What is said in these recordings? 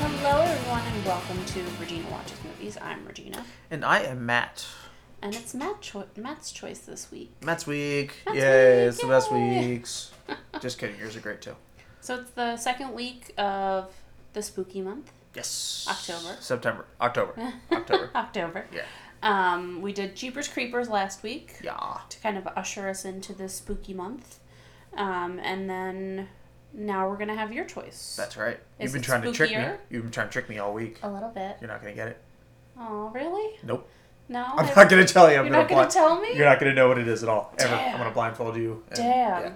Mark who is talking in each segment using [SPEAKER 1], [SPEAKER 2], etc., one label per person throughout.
[SPEAKER 1] Hello, everyone, and welcome to Regina Watches Movies. I'm Regina,
[SPEAKER 2] And I am Matt.
[SPEAKER 1] and it's Matt Cho- Matt's choice this week.
[SPEAKER 2] Matt's week.
[SPEAKER 1] Matt's
[SPEAKER 2] Yay,
[SPEAKER 1] week,
[SPEAKER 2] it's the best
[SPEAKER 1] yay.
[SPEAKER 2] weeks. Just kidding, yours are great too.
[SPEAKER 1] So it's the second week of the spooky month,
[SPEAKER 2] Yes.
[SPEAKER 1] October.
[SPEAKER 2] September. October. October.
[SPEAKER 1] October.
[SPEAKER 2] Yeah.
[SPEAKER 1] Um, we did Jeepers Creepers last week
[SPEAKER 2] Yeah.
[SPEAKER 1] to kind of usher us into this spooky month, um, and then now we're gonna have your choice.
[SPEAKER 2] That's right. You've
[SPEAKER 1] Is
[SPEAKER 2] been
[SPEAKER 1] it
[SPEAKER 2] trying to trick me.
[SPEAKER 1] spookier? Oh.
[SPEAKER 2] You've been trying to trick me all week.
[SPEAKER 1] a little bit.
[SPEAKER 2] You're not gonna get it.
[SPEAKER 1] Oh, really?
[SPEAKER 2] Nope.
[SPEAKER 1] No.
[SPEAKER 2] I'm
[SPEAKER 1] Oh, I-
[SPEAKER 2] not gonna tell you. I'm
[SPEAKER 1] You're
[SPEAKER 2] gonna
[SPEAKER 1] not gonna
[SPEAKER 2] blind-
[SPEAKER 1] tell me?
[SPEAKER 2] You're not gonna know what it is at all. Ever.
[SPEAKER 1] Damn.
[SPEAKER 2] I'm gonna blindfold you. and-
[SPEAKER 1] Damn.
[SPEAKER 2] yeah.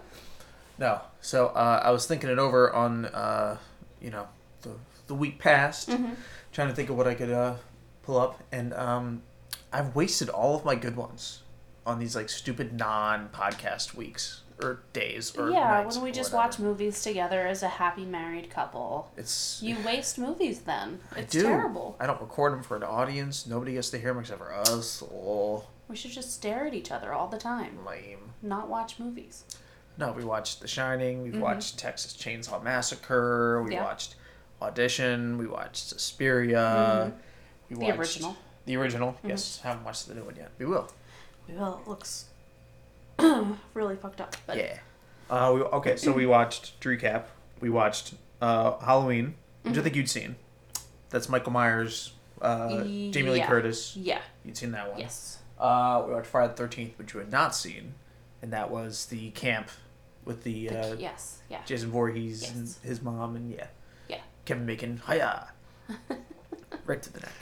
[SPEAKER 2] No. So uh, I was thinking it over on uh, you know the the week past,
[SPEAKER 1] Mm-hmm.
[SPEAKER 2] trying to think of what I could uh, pull up, and um, I've wasted all of my good ones on these like stupid non podcast weeks or days or
[SPEAKER 1] Yeah,
[SPEAKER 2] nights
[SPEAKER 1] when we
[SPEAKER 2] or
[SPEAKER 1] just
[SPEAKER 2] whatever.
[SPEAKER 1] watch movies together as a happy married couple.
[SPEAKER 2] It's
[SPEAKER 1] You waste movies then.
[SPEAKER 2] I
[SPEAKER 1] It's
[SPEAKER 2] do.
[SPEAKER 1] terrible.
[SPEAKER 2] I don't record them for an audience. Nobody gets to hear them except for us. Oh,
[SPEAKER 1] We should just stare at each other all the time,
[SPEAKER 2] lame.
[SPEAKER 1] not watch movies.
[SPEAKER 2] No, we watched The Shining. We've watched Texas Chainsaw Massacre. We
[SPEAKER 1] Mm-hmm. Yeah.
[SPEAKER 2] watched Audition. We watched Suspiria. We
[SPEAKER 1] Mm-hmm. The original. Mm-hmm.
[SPEAKER 2] The original, yes. Haven't watched the new one yet. We will.
[SPEAKER 1] We will. It looks really fucked up. But
[SPEAKER 2] yeah. Uh, we, okay, so we watched to recap. We watched uh, Halloween, which
[SPEAKER 1] Mm-hmm.
[SPEAKER 2] I think you'd seen. That's Michael Myers, uh, Jamie Lee
[SPEAKER 1] Yeah.
[SPEAKER 2] Curtis.
[SPEAKER 1] yeah,
[SPEAKER 2] You'd seen that one.
[SPEAKER 1] yes.
[SPEAKER 2] Uh, we watched Friday the Thirteenth, which you had not seen, and that was the camp with the,
[SPEAKER 1] The
[SPEAKER 2] uh,
[SPEAKER 1] key- yes, yeah.
[SPEAKER 2] Jason Voorhees and
[SPEAKER 1] Yes.
[SPEAKER 2] his mom, and yeah,
[SPEAKER 1] Yeah.
[SPEAKER 2] Kevin Bacon, hiya, right to the neck.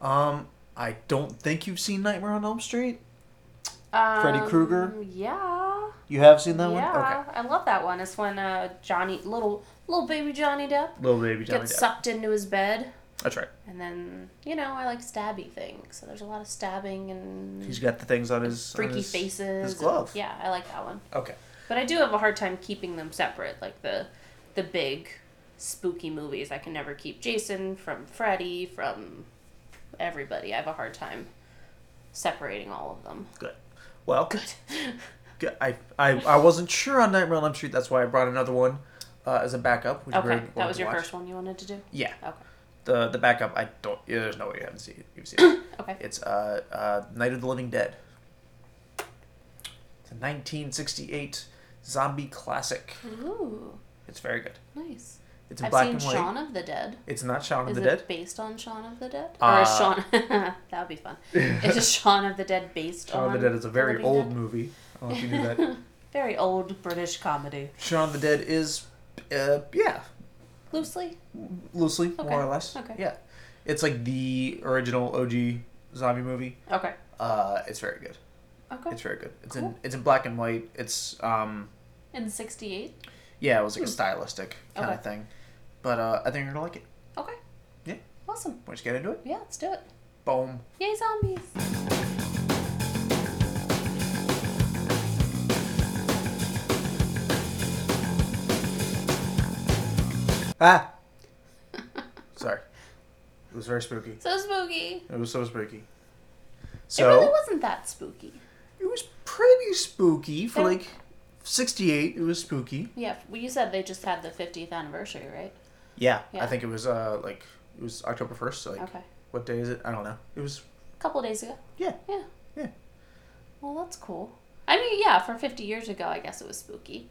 [SPEAKER 2] Um, I don't think you've seen Nightmare on Elm Street.
[SPEAKER 1] Um,
[SPEAKER 2] Freddy Krueger?
[SPEAKER 1] Yeah.
[SPEAKER 2] You have seen that one,
[SPEAKER 1] yeah. I love that one. It's when uh, Johnny, little little baby Johnny Depp,
[SPEAKER 2] okay? Little baby Johnny
[SPEAKER 1] gets
[SPEAKER 2] Depp.
[SPEAKER 1] sucked into his bed.
[SPEAKER 2] That's right.
[SPEAKER 1] And then, you know, I like stabby things. So there's a lot of stabbing and
[SPEAKER 2] He's got the things on his on
[SPEAKER 1] freaky
[SPEAKER 2] his-
[SPEAKER 1] faces.
[SPEAKER 2] His glove.
[SPEAKER 1] Yeah, I like that one.
[SPEAKER 2] Okay.
[SPEAKER 1] But I do have a hard time keeping them separate, like the the big spooky movies. I can never keep Jason from Freddy from everybody. I have a hard time separating all of them.
[SPEAKER 2] Good. Well, good. I, I I wasn't sure on Nightmare on Elm Street. That's why I brought another one uh, as a backup. Which
[SPEAKER 1] Okay,
[SPEAKER 2] we're-
[SPEAKER 1] that was
[SPEAKER 2] we're
[SPEAKER 1] your
[SPEAKER 2] watching.
[SPEAKER 1] first one you wanted to do.
[SPEAKER 2] Yeah.
[SPEAKER 1] Okay.
[SPEAKER 2] The the backup. I don't. Yeah, there's no way you haven't seen. You've seen it.
[SPEAKER 1] Okay.
[SPEAKER 2] It's uh, uh Night of the Living Dead. It's a 1968 zombie classic.
[SPEAKER 1] Ooh,
[SPEAKER 2] It's very good.
[SPEAKER 1] nice.
[SPEAKER 2] It's in
[SPEAKER 1] I've
[SPEAKER 2] black
[SPEAKER 1] seen
[SPEAKER 2] and white.
[SPEAKER 1] Shaun of the Dead.
[SPEAKER 2] It's not Shaun of
[SPEAKER 1] Is
[SPEAKER 2] the
[SPEAKER 1] it
[SPEAKER 2] Dead.
[SPEAKER 1] based on Shaun of the Dead? or
[SPEAKER 2] Uh,
[SPEAKER 1] is Shaun? that would be fun. Is Shaun of the Dead based
[SPEAKER 2] Shaun
[SPEAKER 1] on?
[SPEAKER 2] of the Dead is a very
[SPEAKER 1] Living Dead?
[SPEAKER 2] old movie. I don't know if you knew that.
[SPEAKER 1] very old British comedy.
[SPEAKER 2] Shaun of the Dead is, uh, yeah,
[SPEAKER 1] Loosely,
[SPEAKER 2] loosely,
[SPEAKER 1] Okay,
[SPEAKER 2] more or less.
[SPEAKER 1] okay.
[SPEAKER 2] Yeah, it's like the original OG zombie movie.
[SPEAKER 1] okay,
[SPEAKER 2] Uh, it's very good.
[SPEAKER 1] okay.
[SPEAKER 2] It's very good. It's in
[SPEAKER 1] Cool.
[SPEAKER 2] it's in black and white. It's um
[SPEAKER 1] In '68.
[SPEAKER 2] yeah, it was like a stylistic kind
[SPEAKER 1] Hmm. Okay.
[SPEAKER 2] of thing, but uh, I think you're gonna like it.
[SPEAKER 1] Okay.
[SPEAKER 2] Yeah.
[SPEAKER 1] Awesome.
[SPEAKER 2] We'll just get into it.
[SPEAKER 1] Yeah, let's do it.
[SPEAKER 2] Boom.
[SPEAKER 1] Yay, zombies!
[SPEAKER 2] Ah. Sorry, it was very spooky.
[SPEAKER 1] So spooky.
[SPEAKER 2] It was so spooky.
[SPEAKER 1] It
[SPEAKER 2] So
[SPEAKER 1] really wasn't that spooky.
[SPEAKER 2] it was pretty spooky for
[SPEAKER 1] Yeah.
[SPEAKER 2] like '68. It was spooky.
[SPEAKER 1] Yeah, well, you said they just had the 50th anniversary, right?
[SPEAKER 2] Yeah,
[SPEAKER 1] Yeah.
[SPEAKER 2] I think it was uh like it was October first. So like
[SPEAKER 1] Okay.
[SPEAKER 2] what day is it? I don't know. It was
[SPEAKER 1] A couple days ago.
[SPEAKER 2] yeah.
[SPEAKER 1] Yeah.
[SPEAKER 2] Yeah.
[SPEAKER 1] Well, that's cool. I mean, yeah, for 50 years ago, I guess it was spooky.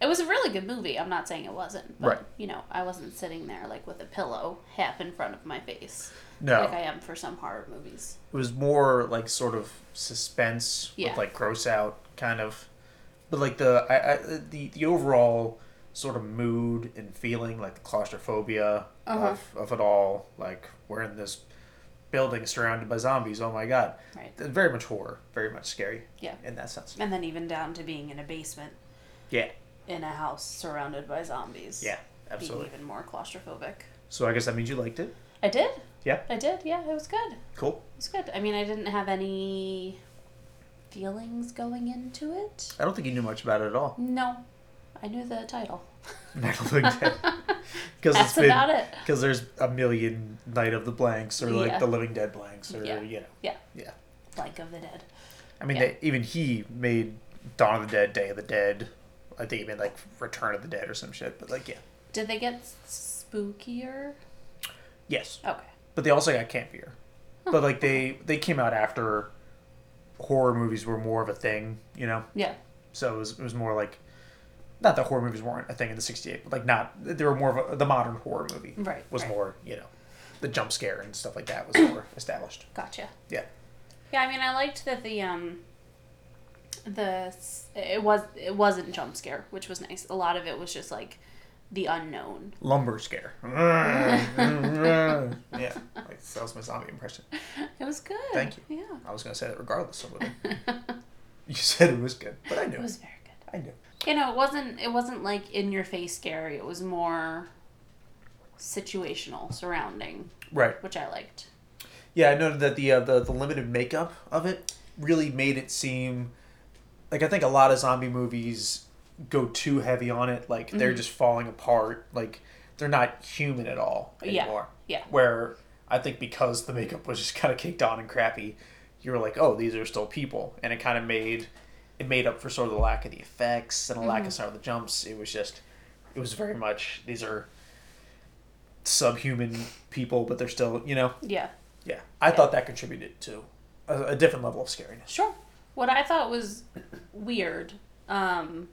[SPEAKER 1] It was a really good movie. I'm not saying it wasn't, but
[SPEAKER 2] Right.
[SPEAKER 1] you know, I wasn't sitting there like with a pillow half in front of my face,
[SPEAKER 2] No,
[SPEAKER 1] like I am for some horror movies.
[SPEAKER 2] it was more like sort of suspense
[SPEAKER 1] Yeah.
[SPEAKER 2] with like gross out kind of, but like the I, I the the overall sort of mood and feeling like the claustrophobia
[SPEAKER 1] Uh-huh.
[SPEAKER 2] of of it all. Like we're in this building surrounded by zombies. Oh my god!
[SPEAKER 1] Right.
[SPEAKER 2] Th- Very much horror. Very much scary.
[SPEAKER 1] Yeah.
[SPEAKER 2] In that sense.
[SPEAKER 1] And then even down to being in a basement
[SPEAKER 2] Yeah.
[SPEAKER 1] in a house surrounded by zombies.
[SPEAKER 2] Yeah. Absolutely.
[SPEAKER 1] Being even more claustrophobic.
[SPEAKER 2] So I guess that means you liked it.
[SPEAKER 1] I did.
[SPEAKER 2] Yeah.
[SPEAKER 1] I did. Yeah, it was good. It
[SPEAKER 2] Cool.
[SPEAKER 1] was good. I mean, I didn't have any feelings going into it.
[SPEAKER 2] I don't think you knew much about it at all.
[SPEAKER 1] No, I knew the title.
[SPEAKER 2] Night of the Living Dead. because
[SPEAKER 1] That's
[SPEAKER 2] it's been
[SPEAKER 1] about it.
[SPEAKER 2] because there's a million Night of the Blanks or like
[SPEAKER 1] Yeah.
[SPEAKER 2] the Living Dead Blanks or
[SPEAKER 1] Yeah.
[SPEAKER 2] you know.
[SPEAKER 1] Yeah.
[SPEAKER 2] Yeah.
[SPEAKER 1] Blank of the Dead.
[SPEAKER 2] I mean,
[SPEAKER 1] Yeah.
[SPEAKER 2] they, even he made Dawn of the Dead, Day of the Dead. I think he made like Return of the Dead or some shit. But like, yeah,
[SPEAKER 1] Did they get spookier?
[SPEAKER 2] yes.
[SPEAKER 1] Okay.
[SPEAKER 2] But they also got campier. But like they they came out after horror movies were more of a thing, you know.
[SPEAKER 1] Yeah.
[SPEAKER 2] So it was, it was more like not that horror movies weren't a thing in the '68, but like not they were more of a, the modern horror movie
[SPEAKER 1] Right,
[SPEAKER 2] was
[SPEAKER 1] right.
[SPEAKER 2] more you know the jump scare and stuff like that was more established.
[SPEAKER 1] Gotcha.
[SPEAKER 2] Yeah.
[SPEAKER 1] Yeah, I mean, I liked that the um, the s- it was it wasn't jump scare, which was nice. A lot of it was just like the unknown.
[SPEAKER 2] lumber scare. yeah, like, that was my zombie impression.
[SPEAKER 1] It was good.
[SPEAKER 2] Thank you.
[SPEAKER 1] Yeah,
[SPEAKER 2] I was gonna say that regardless of what you said it was good, but I knew
[SPEAKER 1] it
[SPEAKER 2] it.
[SPEAKER 1] was very good.
[SPEAKER 2] I knew.
[SPEAKER 1] You know, it wasn't it wasn't like in your face scary. It was more situational surrounding,
[SPEAKER 2] Right.
[SPEAKER 1] which I liked.
[SPEAKER 2] Yeah, I noted that the uh, the the limited makeup of it really made it seem like I think a lot of zombie movies go too heavy on it. Like they're just falling apart. Like they're not human at all
[SPEAKER 1] Yeah.
[SPEAKER 2] anymore.
[SPEAKER 1] Yeah.
[SPEAKER 2] Where I think because the makeup was just kind of kicked on and crappy, you were like, oh, these are still people, and it kind of made it made up for sort of the lack of the effects and the
[SPEAKER 1] Mhm.
[SPEAKER 2] lack of some of the jumps. It was just it was very much these are subhuman people, but they're still you know
[SPEAKER 1] Yeah.
[SPEAKER 2] yeah, I thought that contributed to a, a different level of scariness.
[SPEAKER 1] Sure. What I thought was weird um,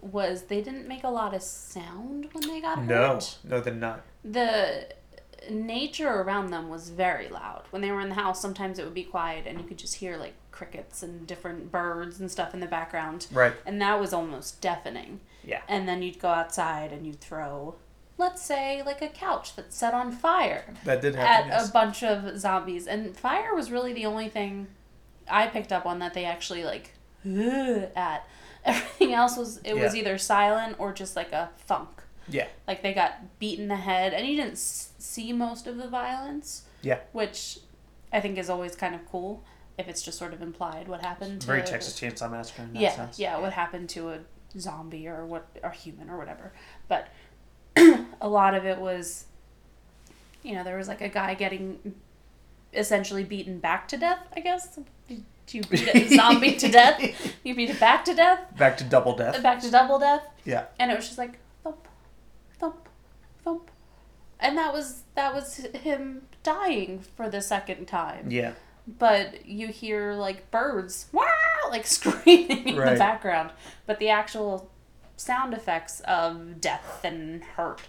[SPEAKER 1] was they didn't make a lot of sound when they got hurt.
[SPEAKER 2] no, they're not.
[SPEAKER 1] The nature around them was very loud. When they were in the house, sometimes it would be quiet and you could just hear like crickets and different birds and stuff in the background.
[SPEAKER 2] Right.
[SPEAKER 1] And that was almost deafening.
[SPEAKER 2] Yeah.
[SPEAKER 1] And then you'd go outside and you'd throw, let's say, like a couch that's set on fire
[SPEAKER 2] That did
[SPEAKER 1] at
[SPEAKER 2] happen. yes.
[SPEAKER 1] a bunch of zombies and fire was really the only thing i picked up on that they actually like at everything else was it was
[SPEAKER 2] Yeah.
[SPEAKER 1] either silent or just like a thunk
[SPEAKER 2] yeah.
[SPEAKER 1] like they got beat in the head and you didn't s- see most of the violence
[SPEAKER 2] Yeah.
[SPEAKER 1] which i think is always kind of cool if it's just sort of implied what happened to
[SPEAKER 2] Very Texas Chainsaw Massacre in that
[SPEAKER 1] yeah
[SPEAKER 2] sense.
[SPEAKER 1] yeah what happened to a zombie or what or human or whatever but a lot of it was you know there was like a guy getting essentially beaten back to death i guess you you beat a zombie to death you beat it back to death
[SPEAKER 2] Back to double death.
[SPEAKER 1] back to double death
[SPEAKER 2] Yeah.
[SPEAKER 1] and it was just like thump thump thump and that was that was him dying for the second time
[SPEAKER 2] Yeah.
[SPEAKER 1] but you hear like birds wow like screaming in
[SPEAKER 2] Right.
[SPEAKER 1] the background but the actual sound effects of death and hurt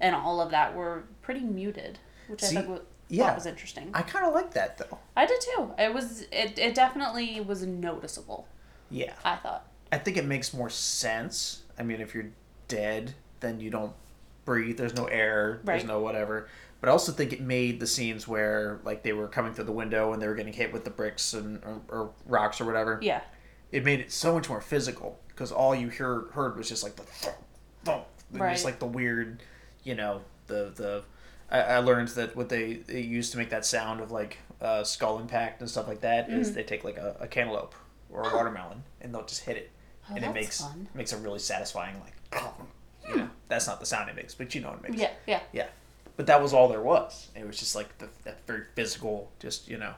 [SPEAKER 1] and all of that were pretty muted which
[SPEAKER 2] See,
[SPEAKER 1] i thought, wa-
[SPEAKER 2] yeah.
[SPEAKER 1] thought was interesting I,
[SPEAKER 2] I kind of like that though.
[SPEAKER 1] did too it was it, it definitely was noticeable
[SPEAKER 2] Yeah.
[SPEAKER 1] i thought
[SPEAKER 2] I think it makes more sense. I mean, if you're dead, then you don't breathe. There's no air. There's
[SPEAKER 1] Right.
[SPEAKER 2] no whatever. But I also think it made the scenes where like they were coming through the window and they were getting hit with the bricks and or, or rocks or whatever.
[SPEAKER 1] yeah
[SPEAKER 2] it made it so much more physical because all you hear, heard was just like the thump, thump, and
[SPEAKER 1] Right.
[SPEAKER 2] just like the weird, you know, the the. I, I learned that what they, they use to make that sound of like uh, skull impact and stuff like that is
[SPEAKER 1] Mm-hmm.
[SPEAKER 2] they take like a, a cantaloupe or a watermelon and they'll just hit it,
[SPEAKER 1] Oh,
[SPEAKER 2] and it
[SPEAKER 1] that's
[SPEAKER 2] makes
[SPEAKER 1] fun. Hmm.
[SPEAKER 2] makes a really satisfying like. You know, that's not the sound it makes, but you know what it makes.
[SPEAKER 1] yeah yeah
[SPEAKER 2] Yeah. But that was all there was. It was just like the, that very physical, just you know,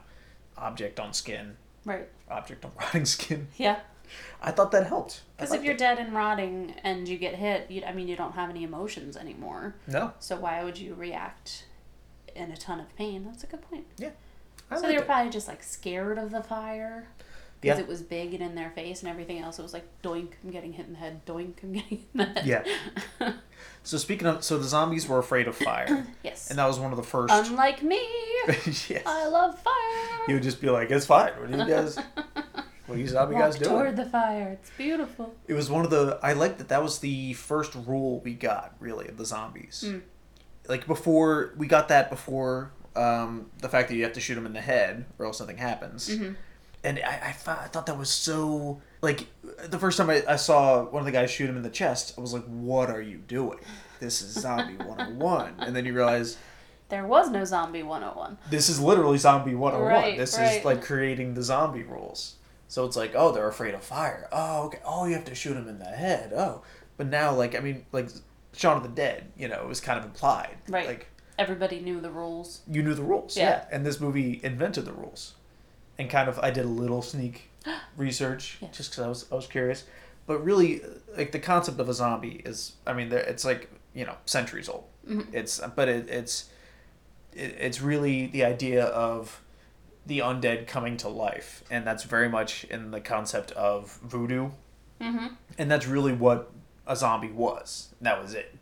[SPEAKER 2] object on skin,
[SPEAKER 1] right
[SPEAKER 2] object on rotting skin.
[SPEAKER 1] yeah
[SPEAKER 2] I thought that helped. I
[SPEAKER 1] because if
[SPEAKER 2] liked
[SPEAKER 1] you're
[SPEAKER 2] it.
[SPEAKER 1] dead and rotting and you get hit you, i mean you don't have any emotions anymore
[SPEAKER 2] no,
[SPEAKER 1] so why would you react in a ton of pain that's a good point
[SPEAKER 2] I
[SPEAKER 1] So
[SPEAKER 2] liked
[SPEAKER 1] they were
[SPEAKER 2] it.
[SPEAKER 1] probably just like scared of the fire because
[SPEAKER 2] Yeah.
[SPEAKER 1] it was big and in their face, and everything else it was like doink, I'm getting hit in the head, doink, I'm getting hit in the head.
[SPEAKER 2] yeah. so speaking of, so the zombies were afraid of fire,
[SPEAKER 1] Yes.
[SPEAKER 2] and uh, that was one of the first.
[SPEAKER 1] Unlike me,
[SPEAKER 2] yes.
[SPEAKER 1] Um, I love fire.
[SPEAKER 2] He would just be like, "It's fine. What are you guys? What are you zombie
[SPEAKER 1] Walk
[SPEAKER 2] guys doing?"
[SPEAKER 1] toward the fire. It's beautiful.
[SPEAKER 2] It was one of the. I like that. That was the first rule we got really of the zombies. Like before, we got that before um, the fact that you have to shoot them in the head or else nothing happens. And I, I, thought, I thought that was so like the first time I, I saw one of the guys shoot him in the chest, I was like, "What are you doing? This is zombie 101." and then you realize
[SPEAKER 1] There was no zombie 101.
[SPEAKER 2] this is literally zombie 101
[SPEAKER 1] Right,
[SPEAKER 2] this is
[SPEAKER 1] right.
[SPEAKER 2] like creating the zombie rules so it's like oh they're afraid of fire oh okay oh you have to shoot them in the head oh but now like i mean like Shaun of the Dead, you know, it was kind of implied.
[SPEAKER 1] Right.
[SPEAKER 2] Like
[SPEAKER 1] Everybody knew the rules.
[SPEAKER 2] you knew the rules.
[SPEAKER 1] Yeah.
[SPEAKER 2] And this movie invented the rules. And kind of I did a little sneak research
[SPEAKER 1] Yeah.
[SPEAKER 2] just cuz I was I was curious. But really uh, like the concept of a zombie is I mean there it's like, you know, centuries old.
[SPEAKER 1] Mm-hmm.
[SPEAKER 2] It's but it, it's it, it's really the idea of the undead coming to life and that's very much in the concept of voodoo
[SPEAKER 1] Mm-hmm.
[SPEAKER 2] and that's really what a zombie was. That was it.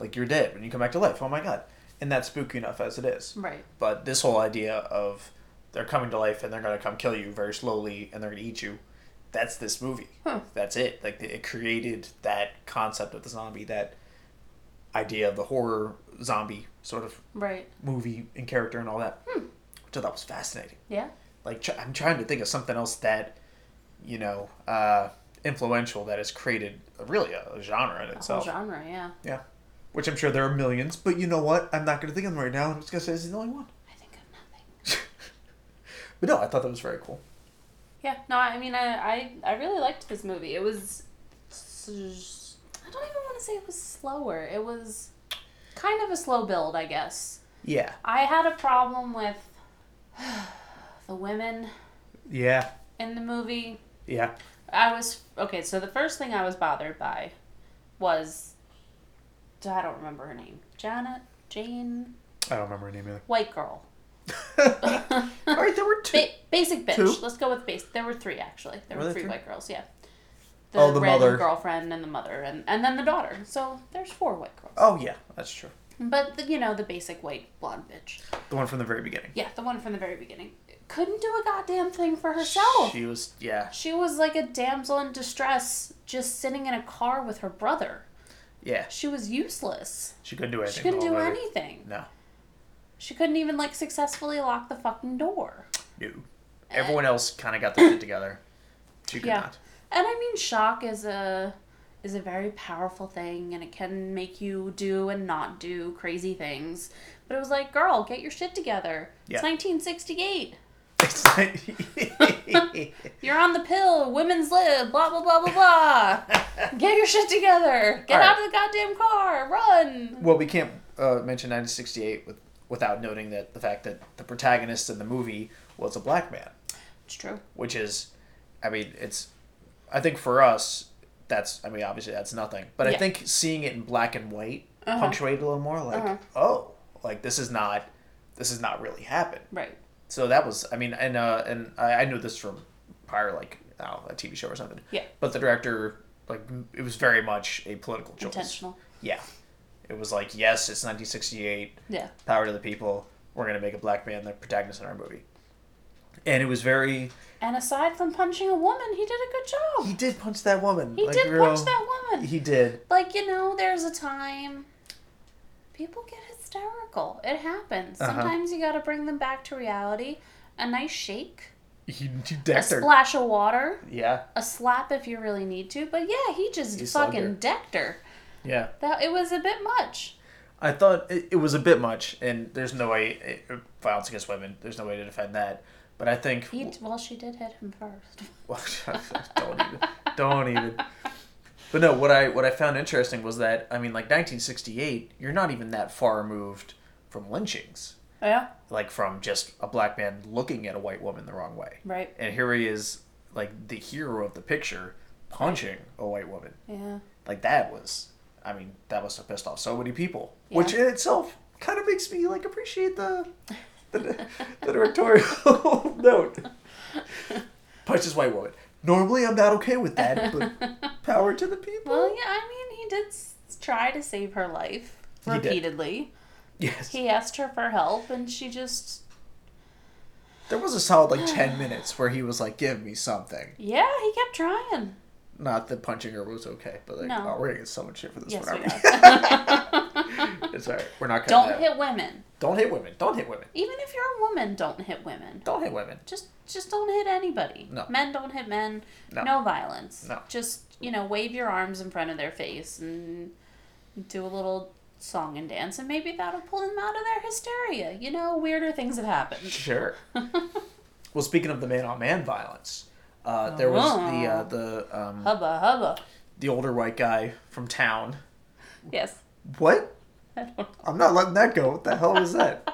[SPEAKER 2] Like you're dead when you come back to life. Oh my god. And that's spooky enough as it is.
[SPEAKER 1] Right.
[SPEAKER 2] But this whole idea of they're coming to life and they're gonna come kill you very slowly and they're gonna eat you. That's this movie.
[SPEAKER 1] Huh.
[SPEAKER 2] That's it. Like it created that concept of the zombie, that idea of the horror zombie sort of
[SPEAKER 1] Right.
[SPEAKER 2] movie and character and all that.
[SPEAKER 1] Hmm.
[SPEAKER 2] Which I thought was fascinating
[SPEAKER 1] Yeah.
[SPEAKER 2] like tr- I'm trying to think of something else that you know uh, influential that has created a- really a, a genre in
[SPEAKER 1] The whole
[SPEAKER 2] itself.
[SPEAKER 1] genre. Yeah.
[SPEAKER 2] Yeah, which I'm sure there are millions, but you know what? I'm not going to think of them right now. I'm just going to say this is the only one.
[SPEAKER 1] I think of nothing.
[SPEAKER 2] But no, I thought that was very cool.
[SPEAKER 1] Yeah, no, I mean, I, I, I really liked this movie. It was, s- I don't even want to say it was slower. It was kind of a slow build, I guess.
[SPEAKER 2] Yeah,
[SPEAKER 1] I had a problem with the women
[SPEAKER 2] yeah,
[SPEAKER 1] in the movie.
[SPEAKER 2] yeah.
[SPEAKER 1] I was, okay, so the first thing I was bothered by was, I don't remember her name. Janet? Jane?
[SPEAKER 2] I don't remember her name either.
[SPEAKER 1] White girl.
[SPEAKER 2] all right, there were two.
[SPEAKER 1] Ba- basic bitch.
[SPEAKER 2] Two?
[SPEAKER 1] Let's go with base. There were three actually. There were,
[SPEAKER 2] Were there
[SPEAKER 1] three,
[SPEAKER 2] three?
[SPEAKER 1] white girls. Yeah. The,
[SPEAKER 2] Oh, the
[SPEAKER 1] random
[SPEAKER 2] mother.
[SPEAKER 1] girlfriend and the mother, and and then the daughter. So there's four white girls.
[SPEAKER 2] Oh yeah, that's true.
[SPEAKER 1] But the, you know the basic white blonde bitch.
[SPEAKER 2] The one from the very beginning.
[SPEAKER 1] Yeah, the one from the very beginning couldn't do a goddamn thing for herself. She,
[SPEAKER 2] She was yeah,
[SPEAKER 1] was like a damsel in distress, just sitting in a car with her brother.
[SPEAKER 2] yeah.
[SPEAKER 1] She was useless.
[SPEAKER 2] She couldn't do anything.
[SPEAKER 1] She couldn't
[SPEAKER 2] the
[SPEAKER 1] do
[SPEAKER 2] whole movie.
[SPEAKER 1] anything.
[SPEAKER 2] No,
[SPEAKER 1] She couldn't even like successfully lock the fucking door.
[SPEAKER 2] no. Everyone else kind of got their shit together. She could
[SPEAKER 1] Yeah.
[SPEAKER 2] not.
[SPEAKER 1] And I mean, shock is a is a very powerful thing, and it can make you do and not do crazy things. But it was like, girl, get your shit together.
[SPEAKER 2] Yeah.
[SPEAKER 1] It's 1968.
[SPEAKER 2] It's like-
[SPEAKER 1] You're on the pill. Women's lib. Blah blah blah blah blah. get your shit together. Get
[SPEAKER 2] All right.
[SPEAKER 1] out of the goddamn car. Run.
[SPEAKER 2] well, we can't uh, mention 1968 with, without noting that the fact that the protagonist in the movie was a black man,
[SPEAKER 1] It's true.
[SPEAKER 2] which is, I mean, it's, I think for us, that's, I mean, obviously that's nothing, but I
[SPEAKER 1] Yeah. Uh-huh.
[SPEAKER 2] think seeing it in black and white punctuated a little more, like, oh, like this is not, this is not really happened.
[SPEAKER 1] Right.
[SPEAKER 2] So that was, I mean, and uh, and I, I knew this from prior, like, I don't know, a TV show or something.
[SPEAKER 1] Yeah.
[SPEAKER 2] But the director, like, m- it was very much a political choice.
[SPEAKER 1] Intentional.
[SPEAKER 2] Yeah. It was like, yes, it's 1968,
[SPEAKER 1] Yeah.
[SPEAKER 2] power to the people, we're going to make a black man the protagonist in our movie. And it was very.
[SPEAKER 1] And aside from punching a woman, he did a good job.
[SPEAKER 2] He did punch that woman.
[SPEAKER 1] He did punch that woman.
[SPEAKER 2] He did.
[SPEAKER 1] like you know there's a time people get hysterical it happens
[SPEAKER 2] Uh-huh.
[SPEAKER 1] sometimes you got to bring them back to reality a nice shake
[SPEAKER 2] He, he
[SPEAKER 1] a
[SPEAKER 2] decked her.
[SPEAKER 1] splash of water
[SPEAKER 2] Yeah,
[SPEAKER 1] a slap if you really need to but yeah he just
[SPEAKER 2] He slugged
[SPEAKER 1] fucking
[SPEAKER 2] her.
[SPEAKER 1] decked her
[SPEAKER 2] yeah.
[SPEAKER 1] that it was a bit much
[SPEAKER 2] I thought it, it was a bit much, and there's no way. It, it- violence against women, there's no way to defend that. But I think.
[SPEAKER 1] he d- well she did hit him first
[SPEAKER 2] don't even. Don't even. But no, what I what I found interesting was that I mean, like 1968, you're not even that far removed from lynchings,
[SPEAKER 1] yeah
[SPEAKER 2] like from just a black man looking at a white woman the wrong way.
[SPEAKER 1] right
[SPEAKER 2] And here he is, like the hero of the picture, punching a white woman.
[SPEAKER 1] yeah
[SPEAKER 2] Like that was, I mean, that must have pissed off so many people, which in itself kind of makes me like appreciate the the, the directorial note. Punches white woman. Normally, I'm not okay with that, but power to the people.
[SPEAKER 1] well yeah i mean he did s- try to save her life
[SPEAKER 2] He did.
[SPEAKER 1] repeatedly
[SPEAKER 2] Yes,
[SPEAKER 1] he asked her for help and she just
[SPEAKER 2] there was a solid like ten minutes where he was like, "Give me something."
[SPEAKER 1] yeah he kept trying
[SPEAKER 2] Not that punching her was okay, but like,
[SPEAKER 1] No.
[SPEAKER 2] oh, we're gonna get so much shit for this
[SPEAKER 1] Yes,
[SPEAKER 2] one.
[SPEAKER 1] we
[SPEAKER 2] aren't we? it's alright. We're not gonna
[SPEAKER 1] don't hit women
[SPEAKER 2] Don't hit women. Don't hit women.
[SPEAKER 1] Even if you're a woman, don't hit women.
[SPEAKER 2] Don't hit women.
[SPEAKER 1] Just just don't hit anybody.
[SPEAKER 2] No.
[SPEAKER 1] Men don't hit men.
[SPEAKER 2] No.
[SPEAKER 1] No, violence.
[SPEAKER 2] No.
[SPEAKER 1] Just, you know, wave your arms in front of their face and do a little song and dance and maybe that'll pull them out of their hysteria. You know, weirder things have happened.
[SPEAKER 2] Sure. well, speaking of the man-on-man violence, uh, there was the
[SPEAKER 1] Oh.
[SPEAKER 2] uh, the um,
[SPEAKER 1] Hubba hubba.
[SPEAKER 2] the older white guy from town
[SPEAKER 1] Yes.
[SPEAKER 2] What?
[SPEAKER 1] I don't know.
[SPEAKER 2] I'm not letting that go. What the hell was that?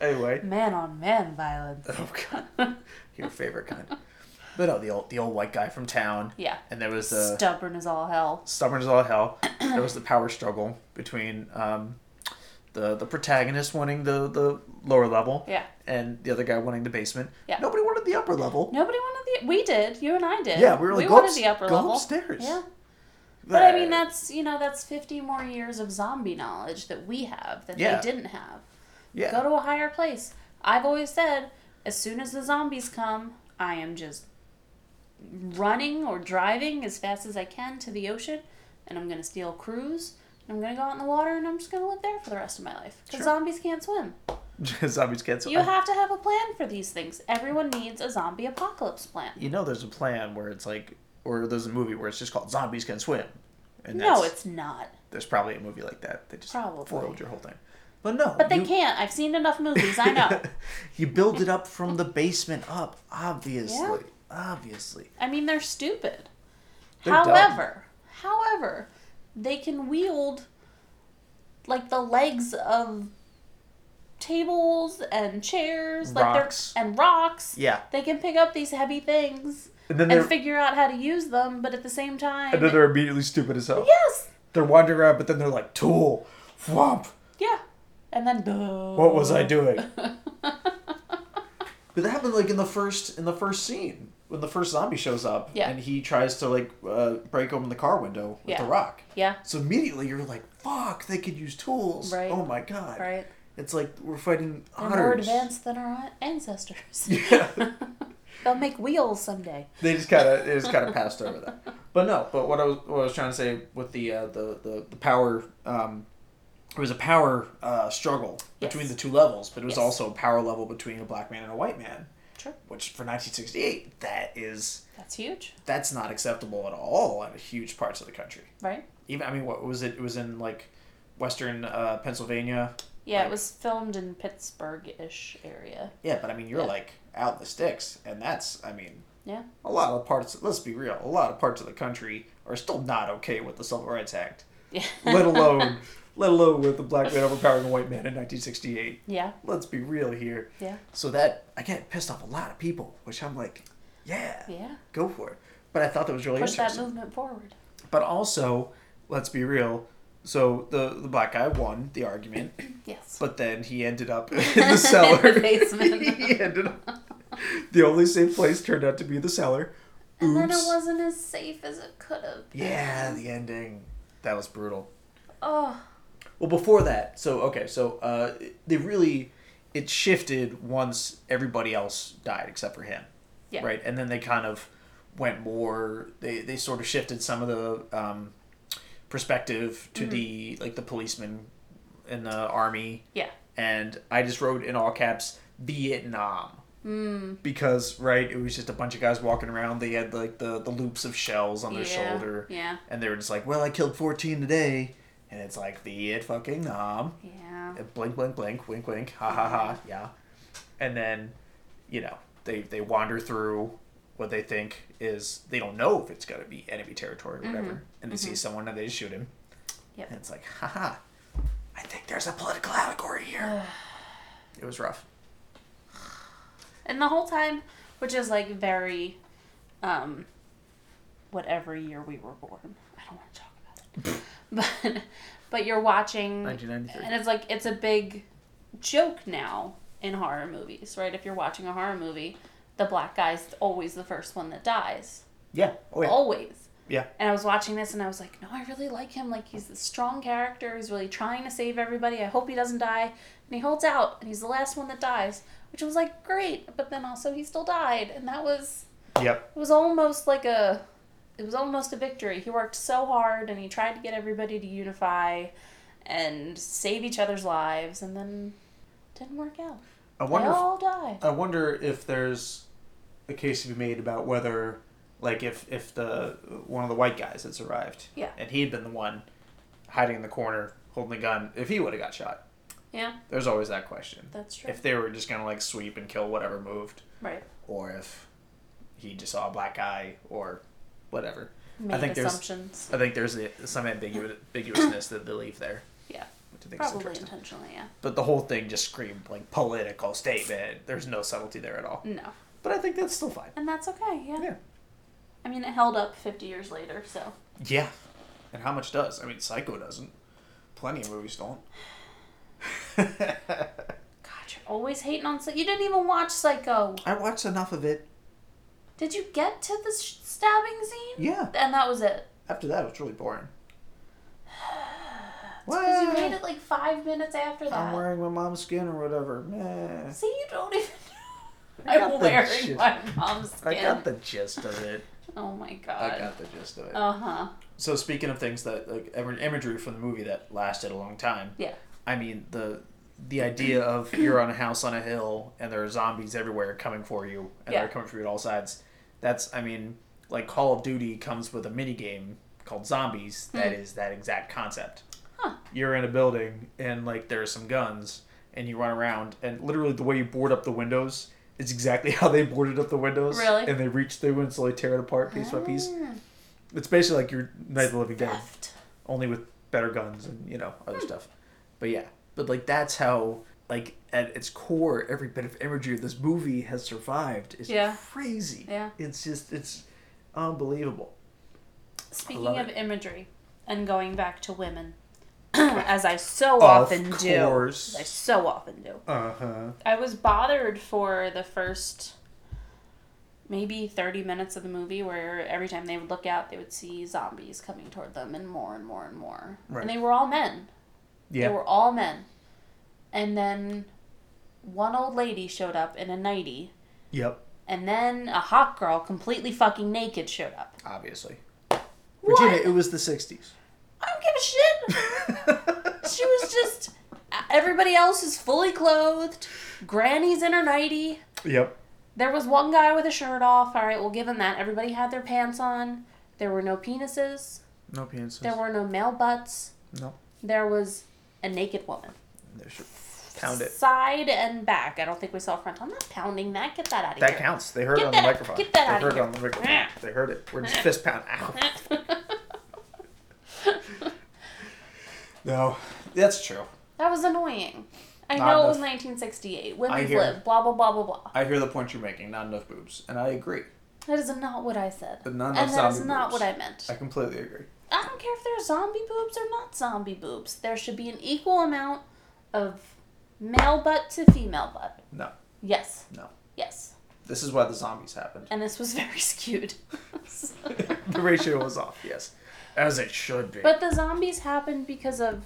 [SPEAKER 2] Anyway,
[SPEAKER 1] Man on man violence.
[SPEAKER 2] oh god, your favorite kind. But oh, the old the old white guy from town,
[SPEAKER 1] yeah.
[SPEAKER 2] and uh, there was the
[SPEAKER 1] Stubborn as all hell.
[SPEAKER 2] stubborn as all hell. there was the power struggle between um, the the protagonist wanting the the lower level,
[SPEAKER 1] Yeah.
[SPEAKER 2] and the other guy wanting the basement.
[SPEAKER 1] Yeah.
[SPEAKER 2] Nobody wanted the upper level.
[SPEAKER 1] Nobody wanted the. We did. You and I did.
[SPEAKER 2] Yeah, we were like,
[SPEAKER 1] we
[SPEAKER 2] go,
[SPEAKER 1] wanted
[SPEAKER 2] ups-
[SPEAKER 1] the upper
[SPEAKER 2] go
[SPEAKER 1] level.
[SPEAKER 2] upstairs.
[SPEAKER 1] Yeah. But I mean,
[SPEAKER 2] Right.
[SPEAKER 1] that's you know, that's fifty more years of zombie knowledge that we have that
[SPEAKER 2] Yeah.
[SPEAKER 1] they didn't have.
[SPEAKER 2] yeah.
[SPEAKER 1] Go to a higher place. I've always said, as soon as the zombies come, I am just running or driving as fast as I can to the ocean, and I'm gonna steal crews. And I'm gonna go out in the water, and I'm just gonna live there for the rest of my life. Because
[SPEAKER 2] Sure.
[SPEAKER 1] zombies can't swim.
[SPEAKER 2] Zombies can't.
[SPEAKER 1] You have to have a plan for these things. Everyone needs a zombie apocalypse plan.
[SPEAKER 2] you know, there's a plan where it's like, or there's a movie where it's just called "Zombies Can Swim," and that's,
[SPEAKER 1] No, it's not.
[SPEAKER 2] there's probably a movie like that. They just
[SPEAKER 1] Probably.
[SPEAKER 2] foiled your whole thing. But no,
[SPEAKER 1] But they
[SPEAKER 2] you-
[SPEAKER 1] can't. I've seen enough movies. I know.
[SPEAKER 2] you build it up from the basement up, obviously.
[SPEAKER 1] Yeah.
[SPEAKER 2] Obviously.
[SPEAKER 1] I mean, they're stupid.
[SPEAKER 2] They're dumb.
[SPEAKER 1] however, however, they can wield like the legs of tables and chairs, like
[SPEAKER 2] Rocks.
[SPEAKER 1] they're and rocks.
[SPEAKER 2] Yeah.
[SPEAKER 1] They can pick up these heavy things
[SPEAKER 2] And then
[SPEAKER 1] and
[SPEAKER 2] they're
[SPEAKER 1] figure out how to use them, but at the same time,
[SPEAKER 2] and then they're immediately stupid as hell.
[SPEAKER 1] yes,
[SPEAKER 2] They're wandering around, but then they're like, "Tool, whomp,
[SPEAKER 1] yeah, and then duh.
[SPEAKER 2] what was I doing?" But that happened like in the first in the first scene when the first zombie shows up
[SPEAKER 1] Yeah.
[SPEAKER 2] and he tries to like uh, break open the car window with
[SPEAKER 1] Yeah.
[SPEAKER 2] the rock.
[SPEAKER 1] Yeah,
[SPEAKER 2] So immediately you're like, "Fuck! They could use tools."
[SPEAKER 1] Right.
[SPEAKER 2] Oh my god!
[SPEAKER 1] right.
[SPEAKER 2] It's like we're fighting
[SPEAKER 1] They're more
[SPEAKER 2] hunters.
[SPEAKER 1] advanced than our ancestors.
[SPEAKER 2] Yeah.
[SPEAKER 1] They'll make wheels someday.
[SPEAKER 2] they just kind of they just kind of passed over that. But no, but what I was what I was trying to say with the uh, the, the the power um, it was a power uh, struggle
[SPEAKER 1] Yes.
[SPEAKER 2] between the two levels, but it was
[SPEAKER 1] Yes.
[SPEAKER 2] also a power level between a black man and a white man,
[SPEAKER 1] Sure,
[SPEAKER 2] which for 1968 that is
[SPEAKER 1] that's huge,
[SPEAKER 2] that's not acceptable at all in huge parts of the country.
[SPEAKER 1] right?
[SPEAKER 2] Even I mean, what was it? It was in like western uh, Pennsylvania.
[SPEAKER 1] Yeah,
[SPEAKER 2] Like-
[SPEAKER 1] it was filmed in Pittsburgh-ish area.
[SPEAKER 2] Yeah, but I mean, you're
[SPEAKER 1] Yeah.
[SPEAKER 2] like out in the sticks, and that's I mean,
[SPEAKER 1] Yeah.
[SPEAKER 2] a lot of parts. Let's be real, a lot of parts of the country are still not okay with the Civil Rights Act.
[SPEAKER 1] Yeah.
[SPEAKER 2] let alone let alone with the black man overpowering a white man in 1968.
[SPEAKER 1] yeah.
[SPEAKER 2] Let's be real here.
[SPEAKER 1] Yeah.
[SPEAKER 2] So that I get pissed off a lot of people, which I'm like, yeah,
[SPEAKER 1] Yeah.
[SPEAKER 2] go for it. But I thought that was really
[SPEAKER 1] Push that
[SPEAKER 2] interesting.
[SPEAKER 1] movement forward.
[SPEAKER 2] But also, let's be real. So the the black guy won the argument,
[SPEAKER 1] Yes.
[SPEAKER 2] but then he ended up in the cellar.
[SPEAKER 1] In the basement.
[SPEAKER 2] he ended up. The only safe place turned out to be the cellar. Oops.
[SPEAKER 1] And then it wasn't as safe as it could have been.
[SPEAKER 2] yeah, the ending. That was brutal.
[SPEAKER 1] Oh,
[SPEAKER 2] Well, before that, so okay, so uh, they really it shifted once everybody else died except for him,
[SPEAKER 1] Yeah.
[SPEAKER 2] right? And then they kind of went more. They they sort of shifted some of the um, perspective
[SPEAKER 1] Mm-hmm.
[SPEAKER 2] to the like the policeman and the army,
[SPEAKER 1] yeah.
[SPEAKER 2] and I just wrote in all caps Vietnam. Mm. Because right, it was just a bunch of guys walking around. They had like the, the loops of shells on their
[SPEAKER 1] yeah.
[SPEAKER 2] shoulder,
[SPEAKER 1] Yeah.
[SPEAKER 2] and they were just like, "Well, I killed fourteen today," and it's like the it fucking nom,
[SPEAKER 1] Yeah.
[SPEAKER 2] blink, blink, blink, wink, wink, ha ha ha, yeah. And then, you know, they they wander through what they think is they don't know if it's gonna be enemy territory or whatever, and they see someone and they just shoot him.
[SPEAKER 1] Mm-hmm. Yep.
[SPEAKER 2] And it's like, ha ha, I think there's a political allegory here. it was rough.
[SPEAKER 1] And the whole time, which is like very, um, whatever year we were born. I don't want to talk about it. but, but you're watching.
[SPEAKER 2] 1993.
[SPEAKER 1] Mm. And it's like it's a big joke now in horror movies, right? If you're watching a horror movie, the black guy's always the first one that dies.
[SPEAKER 2] Yeah. Oh yeah.
[SPEAKER 1] Always.
[SPEAKER 2] Yeah.
[SPEAKER 1] And I was watching this and I was like, no, I really like him. Like he's a strong character. He's really trying to save everybody. I hope he doesn't die. And he holds out and he's the last one that dies, which was like great, but then also he still died and that was
[SPEAKER 2] Yep.
[SPEAKER 1] it was almost like a it was almost a victory. He worked so hard and he tried to get everybody to unify and save each other's lives and then didn't work out.
[SPEAKER 2] I wonder.
[SPEAKER 1] they
[SPEAKER 2] if-
[SPEAKER 1] all died.
[SPEAKER 2] I wonder if there's a case to be made about whether, like, if if the one of the white guys had survived,
[SPEAKER 1] Yeah.
[SPEAKER 2] and he had been the one hiding in the corner holding a gun, if he would have got shot.
[SPEAKER 1] Yeah,
[SPEAKER 2] There's always that question.
[SPEAKER 1] that's true.
[SPEAKER 2] If they were just gonna like sweep and kill whatever moved,
[SPEAKER 1] right.
[SPEAKER 2] or if he just saw a black guy or whatever.
[SPEAKER 1] Make
[SPEAKER 2] think there's-
[SPEAKER 1] assumptions.
[SPEAKER 2] I think there's a- some ambiguous ambiguousness that they leave there,
[SPEAKER 1] Yeah,
[SPEAKER 2] which I think is
[SPEAKER 1] probably
[SPEAKER 2] interesting.
[SPEAKER 1] intentionally. Yeah.
[SPEAKER 2] But the whole thing just screamed like political statement. There's no subtlety there at all.
[SPEAKER 1] No,
[SPEAKER 2] But I think that's still fine.
[SPEAKER 1] and that's okay. Yeah.
[SPEAKER 2] Yeah.
[SPEAKER 1] I mean, it held up 50 years later, so
[SPEAKER 2] Yeah. And how much does? I mean, Psycho doesn't. Plenty of movies don't.
[SPEAKER 1] God, you're always hating on. Psy- You didn't even watch Psycho.
[SPEAKER 2] I watched enough of it.
[SPEAKER 1] Did you get to the sh- stabbing scene?
[SPEAKER 2] Yeah.
[SPEAKER 1] And that was it.
[SPEAKER 2] After that, it was really boring.
[SPEAKER 1] Because you
[SPEAKER 2] Well,
[SPEAKER 1] made it like five minutes after
[SPEAKER 2] I'm
[SPEAKER 1] that.
[SPEAKER 2] wearing my mom's skin or whatever. Meh.
[SPEAKER 1] See, you don't even.
[SPEAKER 2] I got
[SPEAKER 1] I'm
[SPEAKER 2] the
[SPEAKER 1] wearing
[SPEAKER 2] gist.
[SPEAKER 1] my mom's skin.
[SPEAKER 2] I got the gist of it.
[SPEAKER 1] Oh my
[SPEAKER 2] I
[SPEAKER 1] god.
[SPEAKER 2] got the gist of it.
[SPEAKER 1] Uh huh.
[SPEAKER 2] So speaking of things that like im- imagery from the movie that lasted a long time.
[SPEAKER 1] Yeah.
[SPEAKER 2] I mean the the idea of you're on a house on a hill and there are zombies everywhere coming for you and
[SPEAKER 1] Yeah.
[SPEAKER 2] they're coming for you at all sides. That's I mean like Call of Duty comes with a mini game called Zombies that is that exact concept.
[SPEAKER 1] Hmm. Huh.
[SPEAKER 2] You're in a building and like there are some guns and you run around and literally the way you board up the windows is exactly how they boarded up the windows.
[SPEAKER 1] Really? Ah.
[SPEAKER 2] And they reach through and slowly tear it apart piece by piece. It's basically like your Night of the Living Dead
[SPEAKER 1] Hmm. Theft.
[SPEAKER 2] only with better guns and you know other
[SPEAKER 1] Hmm.
[SPEAKER 2] stuff but yeah but like that's how like at its core every bit of imagery of this movie has survived is
[SPEAKER 1] Yeah.
[SPEAKER 2] crazy
[SPEAKER 1] Yeah.
[SPEAKER 2] it's just it's unbelievable
[SPEAKER 1] Speaking
[SPEAKER 2] love
[SPEAKER 1] of
[SPEAKER 2] it.
[SPEAKER 1] imagery and going back to women, as I so often do,
[SPEAKER 2] course
[SPEAKER 1] as I so often do,
[SPEAKER 2] uh-huh
[SPEAKER 1] I was bothered for the first maybe 30 minutes of the movie where every time they would look out, they would see zombies coming toward them and more and more and more.
[SPEAKER 2] Right.
[SPEAKER 1] And they were all men.
[SPEAKER 2] yeah
[SPEAKER 1] They were all men. And then one old lady showed up in a nightie,
[SPEAKER 2] yep
[SPEAKER 1] and then a hot girl completely fucking naked showed up.
[SPEAKER 2] obviously
[SPEAKER 1] What?
[SPEAKER 2] virginia it was the 60s
[SPEAKER 1] I don't give a shit. she was just everybody else is fully clothed granny's in her nightie
[SPEAKER 2] yep
[SPEAKER 1] there was one guy with a shirt off all right we'll give him that everybody had their pants on there were no penises
[SPEAKER 2] no penises
[SPEAKER 1] there were no male butts
[SPEAKER 2] no
[SPEAKER 1] there was a naked woman
[SPEAKER 2] there should pound it
[SPEAKER 1] side and back i don't think we saw frontal i'm not pounding that get that out of
[SPEAKER 2] that
[SPEAKER 1] here
[SPEAKER 2] counts they heard
[SPEAKER 1] Get
[SPEAKER 2] it on
[SPEAKER 1] that
[SPEAKER 2] the
[SPEAKER 1] out-
[SPEAKER 2] microphone
[SPEAKER 1] get that
[SPEAKER 2] they
[SPEAKER 1] out of
[SPEAKER 2] heard it
[SPEAKER 1] here.
[SPEAKER 2] on the microphone they heard it we're just fist pound Ow. no that's true
[SPEAKER 1] that was annoying i
[SPEAKER 2] Not
[SPEAKER 1] know it was
[SPEAKER 2] enough.
[SPEAKER 1] 1968 women's
[SPEAKER 2] hear-
[SPEAKER 1] lib blah blah blah blah blah
[SPEAKER 2] I hear the point you're making. Not enough boobs, and I agree.
[SPEAKER 1] that is not what i said
[SPEAKER 2] But not
[SPEAKER 1] and
[SPEAKER 2] enough
[SPEAKER 1] that is
[SPEAKER 2] zombie
[SPEAKER 1] not
[SPEAKER 2] boobs.
[SPEAKER 1] what i meant
[SPEAKER 2] I completely agree.
[SPEAKER 1] I don't care if they're zombie boobs or not zombie boobs. There should be an equal amount of male butt to female butt.
[SPEAKER 2] No,
[SPEAKER 1] Yes,
[SPEAKER 2] no.
[SPEAKER 1] yes.
[SPEAKER 2] This is why the zombies happened.
[SPEAKER 1] And this was very skewed.
[SPEAKER 2] the ratio was off. Yes, as it should be.
[SPEAKER 1] but the zombies happened because of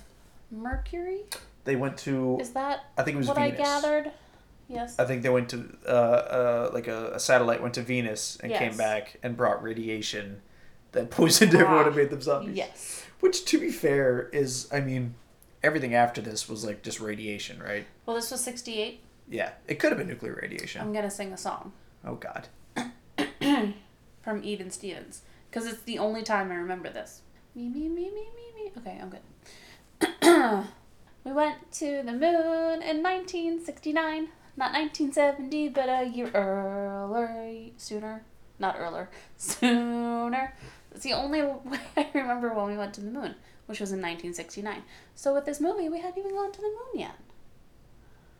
[SPEAKER 1] Mercury?
[SPEAKER 2] they went to.
[SPEAKER 1] Is that
[SPEAKER 2] I think it was
[SPEAKER 1] what
[SPEAKER 2] Venus.
[SPEAKER 1] I gathered? Yes.
[SPEAKER 2] I think they went to uh, uh, like a, a satellite went to Venus and
[SPEAKER 1] Yes.
[SPEAKER 2] came back and brought radiation that poisoned everyone and made them zombies.
[SPEAKER 1] Yes.
[SPEAKER 2] Which, to be fair, is I mean, everything after this was like just radiation, right?
[SPEAKER 1] Well, this was 68.
[SPEAKER 2] Yeah, it could have been nuclear radiation.
[SPEAKER 1] I'm going to sing a song
[SPEAKER 2] Oh God.
[SPEAKER 1] from Even Stevens because it's the only time I remember this. Me, me, me, me, me, me. Okay, I'm good. we went to the moon in 1969. Not 1970, but a year earlier. Sooner. Not earlier. Sooner. It's the only way I remember when we went to the moon, which was in 1969. So with this movie, we hadn't even gone to the moon yet.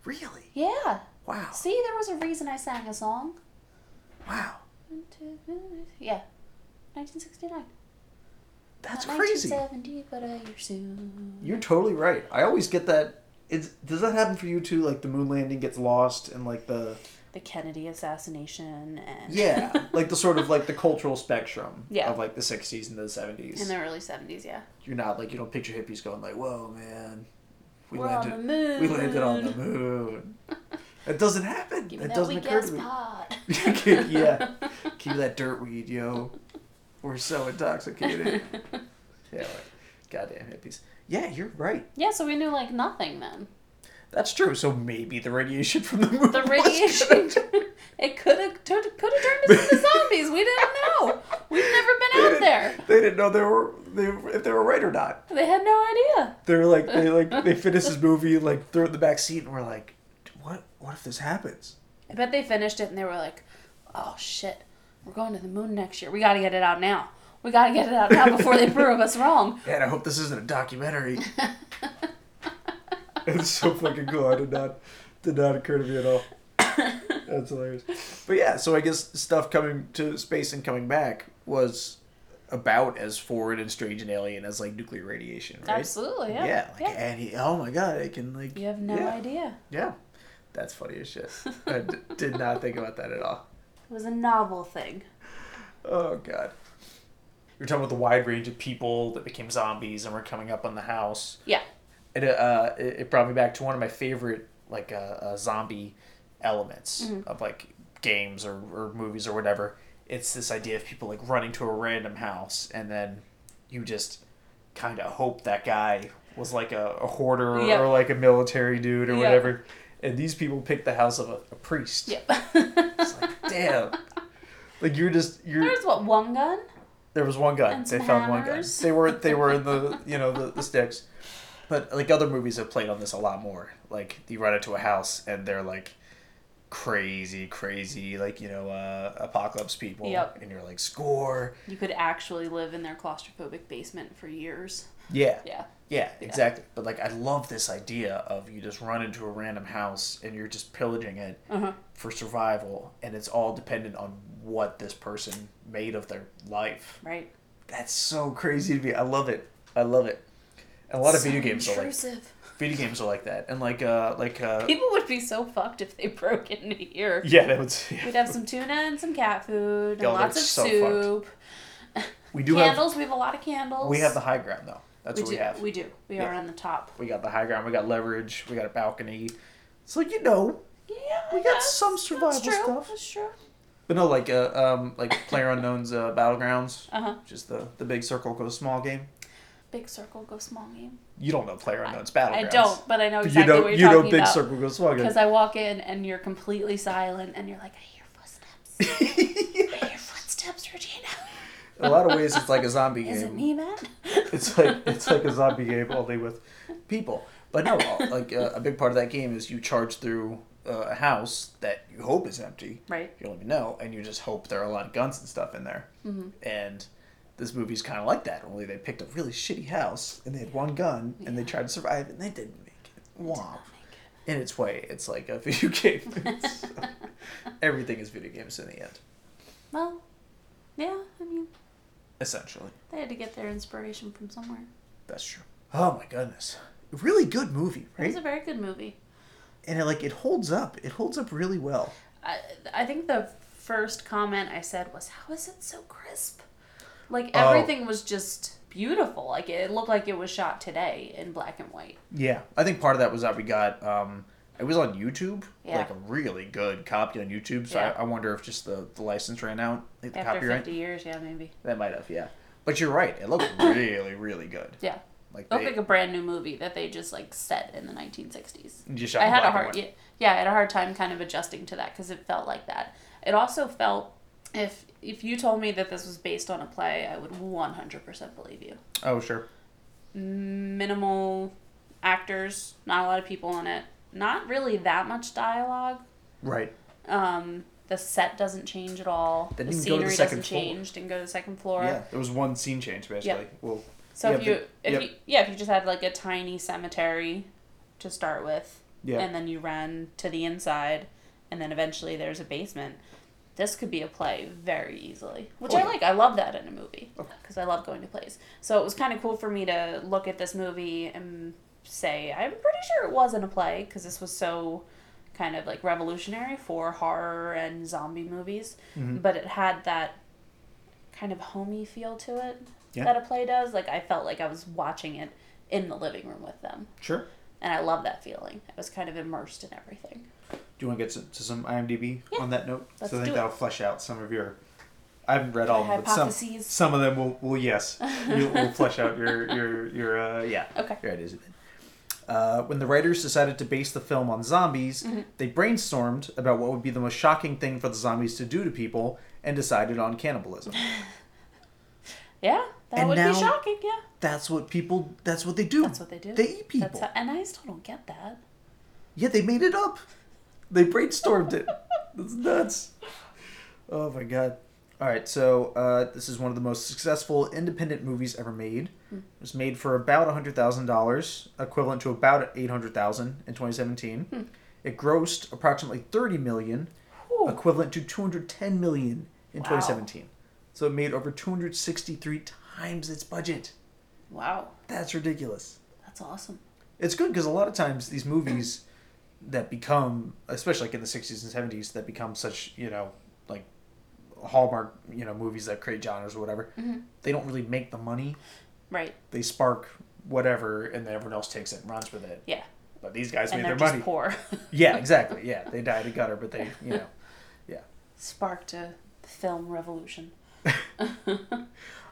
[SPEAKER 2] Really?
[SPEAKER 1] Yeah.
[SPEAKER 2] Wow.
[SPEAKER 1] See, there was a reason I sang a song.
[SPEAKER 2] Wow.
[SPEAKER 1] Yeah. 1969.
[SPEAKER 2] That's
[SPEAKER 1] Not
[SPEAKER 2] crazy.
[SPEAKER 1] 1970, but a year soon.
[SPEAKER 2] You're totally right. I always get that. It's does that happen for you too? Like the moon landing gets lost and like the
[SPEAKER 1] The Kennedy assassination and
[SPEAKER 2] yeah, like the sort of like the cultural spectrum
[SPEAKER 1] Yeah.
[SPEAKER 2] of like the '60s and the '70s.
[SPEAKER 1] in the early 70s, yeah.
[SPEAKER 2] You're not like you don't picture hippies going like, "Whoa, man, we
[SPEAKER 1] We're
[SPEAKER 2] landed,
[SPEAKER 1] on the moon.
[SPEAKER 2] we landed on the moon." It doesn't happen.
[SPEAKER 1] Give me
[SPEAKER 2] It
[SPEAKER 1] that
[SPEAKER 2] doesn't
[SPEAKER 1] weak
[SPEAKER 2] occur to
[SPEAKER 1] ass
[SPEAKER 2] me.
[SPEAKER 1] pot.
[SPEAKER 2] yeah, keep that dirt weed, yo. We're so intoxicated. yeah, like, goddamn hippies. Yeah, you're right.
[SPEAKER 1] Yeah, so we knew like nothing then.
[SPEAKER 2] That's true. So maybe the radiation from the moon.
[SPEAKER 1] The
[SPEAKER 2] was
[SPEAKER 1] radiation,
[SPEAKER 2] good.
[SPEAKER 1] it could have could have turned us into zombies. We didn't know. We've never
[SPEAKER 2] They
[SPEAKER 1] been out
[SPEAKER 2] didn't-
[SPEAKER 1] there.
[SPEAKER 2] They didn't know they were they if they were right or not.
[SPEAKER 1] They had no idea.
[SPEAKER 2] They were like they like they finished this movie like threw it in the back seat and we're like, what what if this happens?
[SPEAKER 1] I bet they finished it and they were like, "Oh shit, we're going to the moon next year. We got to get it out now. We gotta get it out now before they prove us wrong.
[SPEAKER 2] Man, I hope this isn't a documentary. it's so fucking cool. I did not did not occur to me at all. That's hilarious. But yeah, so I guess stuff coming to space and coming back was about as forward and strange and alien as like nuclear radiation, right?
[SPEAKER 1] Absolutely, yeah.
[SPEAKER 2] Yeah, like
[SPEAKER 1] yeah.
[SPEAKER 2] and he, oh my god, I can like
[SPEAKER 1] You have no
[SPEAKER 2] yeah,
[SPEAKER 1] idea.
[SPEAKER 2] Yeah. That's funny as shit. I d- did not think about that at all.
[SPEAKER 1] It was a novel thing.
[SPEAKER 2] Oh god. You're talking about the wide range of people that became zombies and were coming up on the house.
[SPEAKER 1] Yeah.
[SPEAKER 2] It uh it it brought me back to one of my favorite like uh, uh zombie elements of like games or, or movies or whatever. It's this idea of people like running to a random house and then you just kind of hope that guy was like a, a hoarder
[SPEAKER 1] Yeah.
[SPEAKER 2] or like a military dude or
[SPEAKER 1] Yeah.
[SPEAKER 2] whatever. And these people picked the house of a, a priest.
[SPEAKER 1] Yep.
[SPEAKER 2] It's like damn. Like you're just you're
[SPEAKER 1] There's what, one gun?
[SPEAKER 2] there was one gun.
[SPEAKER 1] And
[SPEAKER 2] they
[SPEAKER 1] some
[SPEAKER 2] found one gun.
[SPEAKER 1] hammers.
[SPEAKER 2] They were they were in the you know the, the sticks, but like other movies have played on this a lot more. Like you run into a house and they're like crazy, crazy like you know uh, apocalypse people,
[SPEAKER 1] Yep.
[SPEAKER 2] and you're like score.
[SPEAKER 1] You could actually live in their claustrophobic basement for years.
[SPEAKER 2] Yeah,
[SPEAKER 1] Yeah.
[SPEAKER 2] yeah, exactly. But like I love this idea of you just run into a random house and you're just pillaging it
[SPEAKER 1] Uh-huh.
[SPEAKER 2] for survival, and it's all dependent on what this person made of their life.
[SPEAKER 1] Right.
[SPEAKER 2] That's so crazy to me. I love it. I love it. And a lot of video games are like
[SPEAKER 1] Intrusive.
[SPEAKER 2] video games are like that, and like uh like uh
[SPEAKER 1] People would be so fucked if they broke into here.
[SPEAKER 2] yeah, that would. Yeah.
[SPEAKER 1] We'd have some tuna and some cat food and
[SPEAKER 2] Y'all,
[SPEAKER 1] lots of
[SPEAKER 2] that's so
[SPEAKER 1] soup.
[SPEAKER 2] We do
[SPEAKER 1] candles. we have a lot of candles.
[SPEAKER 2] have we have the high ground though. That's
[SPEAKER 1] we
[SPEAKER 2] what
[SPEAKER 1] do.
[SPEAKER 2] we have. We...
[SPEAKER 1] We do. We
[SPEAKER 2] Yeah.
[SPEAKER 1] are on the top.
[SPEAKER 2] got the high ground. We got leverage. We got a balcony. So you know,
[SPEAKER 1] Yeah,
[SPEAKER 2] we got some survival
[SPEAKER 1] that's true.
[SPEAKER 2] stuff.
[SPEAKER 1] That's true.
[SPEAKER 2] But no, like uh, um like player unknown's uh, battlegrounds,
[SPEAKER 1] Uh huh.
[SPEAKER 2] which is the the big circle go small game.
[SPEAKER 1] Big circle, go small game.
[SPEAKER 2] You don't know player unknown's
[SPEAKER 1] I
[SPEAKER 2] battlegrounds.
[SPEAKER 1] don't, but I know
[SPEAKER 2] But
[SPEAKER 1] exactly
[SPEAKER 2] you know
[SPEAKER 1] what
[SPEAKER 2] you
[SPEAKER 1] you're
[SPEAKER 2] know
[SPEAKER 1] talking
[SPEAKER 2] big
[SPEAKER 1] about.
[SPEAKER 2] circle go small game.
[SPEAKER 1] Because I walk in and you're completely silent, and you're like, I hear footsteps. I hear footsteps, Regina.
[SPEAKER 2] In a lot of ways, it's like a zombie game.
[SPEAKER 1] Is it me, man?
[SPEAKER 2] it's like it's like a zombie game only with people. But no, like uh, a big part of that game is you charge through uh, a house that you hope is empty.
[SPEAKER 1] Right.
[SPEAKER 2] You don't even know, and you just hope there are a lot of guns and stuff in there. Mm-hmm. And this movie's kind of like that. Only they picked a really shitty house and they had one gun and they tried to survive and they didn't make it. Wow. In its way, it's like a video game. It's- everything is video games in the end,
[SPEAKER 1] Well, yeah. I mean,
[SPEAKER 2] essentially.
[SPEAKER 1] they had to get their inspiration from somewhere.
[SPEAKER 2] That's true. Oh my goodness. Really good movie, right?
[SPEAKER 1] It's a very good movie.
[SPEAKER 2] and it, like it holds up. It holds up really well.
[SPEAKER 1] I, I think the first comment I said was, "How is it so crisp?" Like
[SPEAKER 2] Oh.
[SPEAKER 1] everything was just beautiful. Like it looked like it was shot today in black and white.
[SPEAKER 2] Yeah, I think part of that was that we got um, it was on YouTube,
[SPEAKER 1] Yeah.
[SPEAKER 2] like a really good copy on YouTube. So
[SPEAKER 1] Yeah.
[SPEAKER 2] I, I wonder if just the, the license ran out, like the
[SPEAKER 1] After
[SPEAKER 2] copyright.
[SPEAKER 1] fifty years, yeah, maybe.
[SPEAKER 2] That might have, yeah. But you're right. It looked really, really good.
[SPEAKER 1] Yeah,
[SPEAKER 2] Like
[SPEAKER 1] it looked
[SPEAKER 2] they
[SPEAKER 1] like a brand new movie that they just like set in the nineteen sixties.
[SPEAKER 2] just shot
[SPEAKER 1] I
[SPEAKER 2] in
[SPEAKER 1] had a
[SPEAKER 2] black and
[SPEAKER 1] hard
[SPEAKER 2] white.
[SPEAKER 1] yeah, yeah, I had a hard time kind of adjusting to that because it felt like that. It also felt if if you told me that this was based on a play, I would one hundred percent believe you.
[SPEAKER 2] Oh sure.
[SPEAKER 1] minimal actors, not a lot of people in it, not really that much dialogue.
[SPEAKER 2] Right.
[SPEAKER 1] Um, the set doesn't change at all.
[SPEAKER 2] They
[SPEAKER 1] the
[SPEAKER 2] didn't go to
[SPEAKER 1] scenery
[SPEAKER 2] the
[SPEAKER 1] doesn't
[SPEAKER 2] second floor.
[SPEAKER 1] change. Didn't go to the second floor.
[SPEAKER 2] Yeah. There was one scene change basically. Well.
[SPEAKER 1] So
[SPEAKER 2] yeah,
[SPEAKER 1] if you
[SPEAKER 2] but-
[SPEAKER 1] if
[SPEAKER 2] yeah.
[SPEAKER 1] you yeah if you just had like a tiny cemetery to start with,
[SPEAKER 2] Yeah.
[SPEAKER 1] and then you ran to the inside, and then eventually there's a basement. This could be a play very easily, which
[SPEAKER 2] Oh,
[SPEAKER 1] I
[SPEAKER 2] yeah. Oh.
[SPEAKER 1] like. I love that in a movie because I love going to plays. So it was kind of cool for me to look at this movie and say I'm pretty sure it wasn't a play because this was so kind of like revolutionary for horror and zombie movies,
[SPEAKER 2] Mm-hmm.
[SPEAKER 1] but it had that kind of homey feel to it
[SPEAKER 2] Yeah.
[SPEAKER 1] that a play does. Like I felt like I was watching it in the living room with them,
[SPEAKER 2] Sure.
[SPEAKER 1] and I love that feeling. I was kind of immersed in everything.
[SPEAKER 2] Do you want to get to, to some IMDb
[SPEAKER 1] Yeah.
[SPEAKER 2] on that note?
[SPEAKER 1] Let's
[SPEAKER 2] so I
[SPEAKER 1] do
[SPEAKER 2] think
[SPEAKER 1] it.
[SPEAKER 2] that'll flesh out some of your. I haven't read all of them, but some,
[SPEAKER 1] Hypotheses.
[SPEAKER 2] some of them will, will yes, you, will flesh out your your your uh, yeah.
[SPEAKER 1] Okay.
[SPEAKER 2] Your ideas. a bit. Uh, when the writers decided to base the film on zombies,
[SPEAKER 1] Mm-hmm.
[SPEAKER 2] they brainstormed about what would be the most shocking thing for the zombies to do to people, and decided on cannibalism.
[SPEAKER 1] Yeah, that
[SPEAKER 2] And
[SPEAKER 1] would
[SPEAKER 2] now-
[SPEAKER 1] be shocking. Yeah,
[SPEAKER 2] that's what people. That's what they do.
[SPEAKER 1] that's what they do.
[SPEAKER 2] They eat E people.
[SPEAKER 1] That's how, and I still don't get that.
[SPEAKER 2] Yeah, they made it up. They brainstormed it. That's nuts. Oh my god. All right, so uh, this is one of the most successful independent movies ever made.
[SPEAKER 1] Hmm.
[SPEAKER 2] It was made for about hundred thousand dollars, equivalent to about eight hundred thousand in twenty seventeen.
[SPEAKER 1] Hmm.
[SPEAKER 2] It grossed approximately thirty million,
[SPEAKER 1] Whew.
[SPEAKER 2] equivalent to two hundred ten million in
[SPEAKER 1] Wow.
[SPEAKER 2] twenty seventeen. So it made over two hundred sixty three times its budget.
[SPEAKER 1] Wow,
[SPEAKER 2] That's ridiculous.
[SPEAKER 1] that's awesome.
[SPEAKER 2] It's good because a lot of times these movies that become, especially like in the sixties and seventies, that become such you know like hallmark you know movies that create genres or whatever,
[SPEAKER 1] Mm-hmm.
[SPEAKER 2] they don't really make the money.
[SPEAKER 1] Right.
[SPEAKER 2] They spark whatever, and then everyone else takes it and runs with it.
[SPEAKER 1] Yeah.
[SPEAKER 2] But these guys
[SPEAKER 1] And
[SPEAKER 2] made
[SPEAKER 1] they're
[SPEAKER 2] their
[SPEAKER 1] just
[SPEAKER 2] money.
[SPEAKER 1] poor.
[SPEAKER 2] Yeah, exactly. Yeah, they died a gutter, but they you know.
[SPEAKER 1] Sparked a film revolution.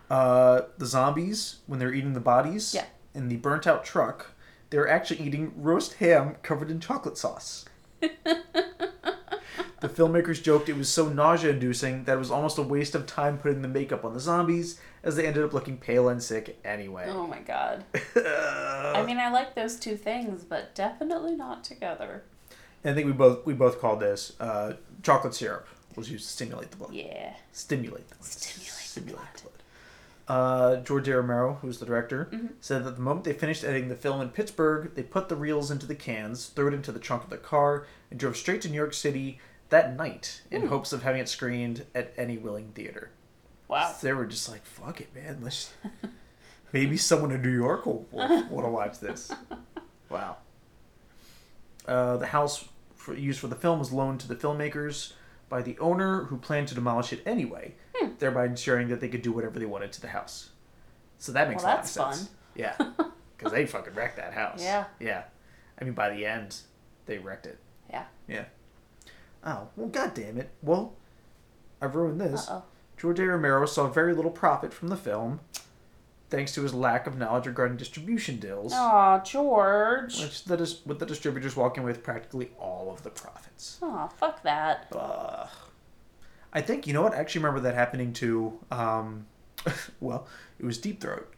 [SPEAKER 2] Uh, the zombies when they're eating the bodies
[SPEAKER 1] Yeah.
[SPEAKER 2] in the burnt out truck, they're actually eating roast ham covered in chocolate sauce. the filmmakers joked it was so nausea inducing that it was almost a waste of time putting the makeup on the zombies, as they ended up looking pale and sick anyway.
[SPEAKER 1] Oh my god. I mean, I like those two things, but definitely not together.
[SPEAKER 2] And I think we both we both called this uh, chocolate syrup was used to stimulate the blood.
[SPEAKER 1] Yeah.
[SPEAKER 2] Stimulate. The blood.
[SPEAKER 1] Stimulate the
[SPEAKER 2] blood. Uh, George A. Romero, who's the director,
[SPEAKER 1] Mm-hmm.
[SPEAKER 2] said that the moment they finished editing the film in Pittsburgh, they put the reels into the cans, threw it into the trunk of their car, and drove straight to New York City that night in
[SPEAKER 1] Mm.
[SPEAKER 2] hopes of having it screened at any willing theater.
[SPEAKER 1] Wow.
[SPEAKER 2] So they were just like, "Fuck it, man! Let's maybe someone in New York will, will want to watch this." Wow. Uh, the house for, used for the film was loaned to the filmmakers by the owner, who planned to demolish it anyway,
[SPEAKER 1] Hmm.
[SPEAKER 2] thereby ensuring that they could do whatever they wanted to the house. So that makes
[SPEAKER 1] Well,
[SPEAKER 2] a lot of
[SPEAKER 1] that's
[SPEAKER 2] sense.
[SPEAKER 1] fun.
[SPEAKER 2] Yeah, because they fucking wrecked that house.
[SPEAKER 1] Yeah.
[SPEAKER 2] Yeah. I mean, by the end, they wrecked it.
[SPEAKER 1] Yeah.
[SPEAKER 2] Yeah. Oh well, god damn it! Well, I've ruined
[SPEAKER 1] Uh
[SPEAKER 2] this.
[SPEAKER 1] oh.
[SPEAKER 2] George A. Romero saw very little profit from the film, thanks to his lack of knowledge regarding distribution deals,
[SPEAKER 1] Aw, George.
[SPEAKER 2] which that is with the distributors walking away with practically all of the profits.
[SPEAKER 1] Aw, fuck that.
[SPEAKER 2] Ugh. I think you know what? I actually remember that happening to, um, well, it was Deep Throat,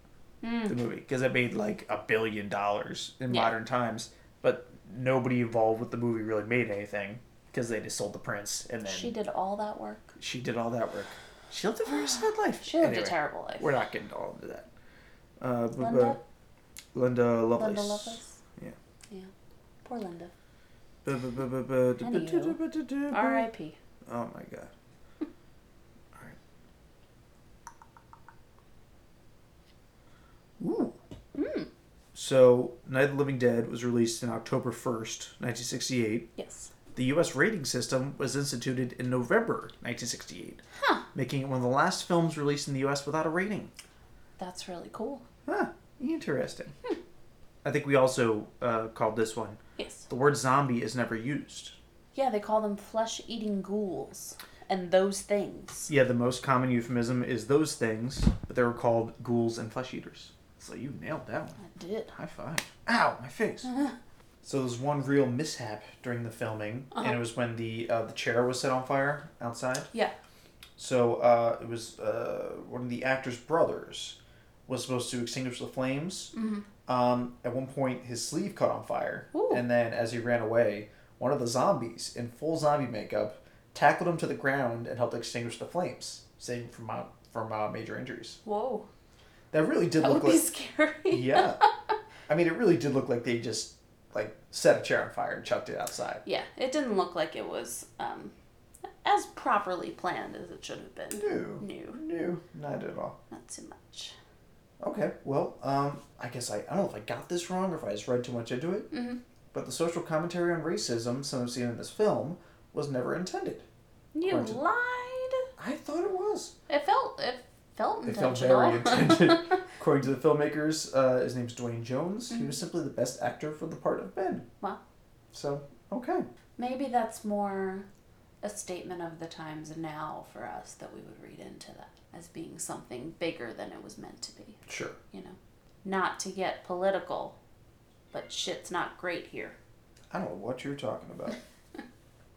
[SPEAKER 2] the movie, because it made like a billion dollars in
[SPEAKER 1] Hmm. Yeah.
[SPEAKER 2] modern times, but nobody involved with the movie really made anything because they just sold the prints and then
[SPEAKER 1] She did all that work.
[SPEAKER 2] she did all that work. She lived a very sad life.
[SPEAKER 1] She lived
[SPEAKER 2] Anyway.
[SPEAKER 1] a terrible life.
[SPEAKER 2] We're not getting all into that. Uh, but,
[SPEAKER 1] Linda?
[SPEAKER 2] uh, Linda Lovelace.
[SPEAKER 1] Linda Lovelace?
[SPEAKER 2] Yeah.
[SPEAKER 1] Yeah. Poor Linda.
[SPEAKER 2] Lovelace.
[SPEAKER 1] R.I.P.
[SPEAKER 2] Oh my god. Alright. Ooh.
[SPEAKER 1] Hmm.
[SPEAKER 2] So, Night of the Living Dead was released on October 1st, 1968.
[SPEAKER 1] Yes.
[SPEAKER 2] The U.S. rating system was instituted in November 1968,
[SPEAKER 1] Huh.
[SPEAKER 2] making it one of the last films released in the U.S. without a rating.
[SPEAKER 1] That's really cool.
[SPEAKER 2] Huh, interesting. I think we also uh, called this one
[SPEAKER 1] Yes.
[SPEAKER 2] the word zombie is never used.
[SPEAKER 1] Yeah, they call them flesh eating ghouls and those things.
[SPEAKER 2] Yeah, the most common euphemism is those things, but they were called ghouls and flesh eaters. So you nailed that one.
[SPEAKER 1] I did.
[SPEAKER 2] High five. Ow, my face. so there was one real mishap during the filming, and it was when the uh, the chair was set on fire outside.
[SPEAKER 1] Yeah.
[SPEAKER 2] So uh, it was uh, one of the actor's brothers was supposed to extinguish the flames. Um, at one point, his sleeve caught on fire,
[SPEAKER 1] Mm-hmm. Ooh.
[SPEAKER 2] and then as he ran away, one of the zombies in full zombie makeup tackled him to the ground and helped extinguish the flames, saving him from uh, from uh, major injuries.
[SPEAKER 1] Whoa.
[SPEAKER 2] That really did
[SPEAKER 1] That
[SPEAKER 2] look
[SPEAKER 1] would be
[SPEAKER 2] like
[SPEAKER 1] scary.
[SPEAKER 2] yeah. I mean, it really did look like they just like set a chair on fire and chucked it outside.
[SPEAKER 1] Yeah, it didn't look like it was um, as properly planned as it should have been.
[SPEAKER 2] No,
[SPEAKER 1] No,
[SPEAKER 2] no, not at all.
[SPEAKER 1] not too much.
[SPEAKER 2] Okay, well, um, I guess I, I don't know if I got this wrong or if I just read too much into it,
[SPEAKER 1] Mhm.
[SPEAKER 2] but the social commentary on racism, some of seen in this film, was never intended.
[SPEAKER 1] You
[SPEAKER 2] Or did-
[SPEAKER 1] lied.
[SPEAKER 2] I thought it was.
[SPEAKER 1] It felt it felt
[SPEAKER 2] It felt
[SPEAKER 1] intentional.
[SPEAKER 2] very intended. According to the filmmakers, uh, his name's Dwayne Jones. He was simply the best actor for the part of Ben.
[SPEAKER 1] Wow.
[SPEAKER 2] So, okay.
[SPEAKER 1] Maybe that's more a statement of the times now for us that we would read into that as being something bigger than it was meant to be.
[SPEAKER 2] Sure.
[SPEAKER 1] You know, not to get political, but shit's not great here.
[SPEAKER 2] I don't know what you're talking about.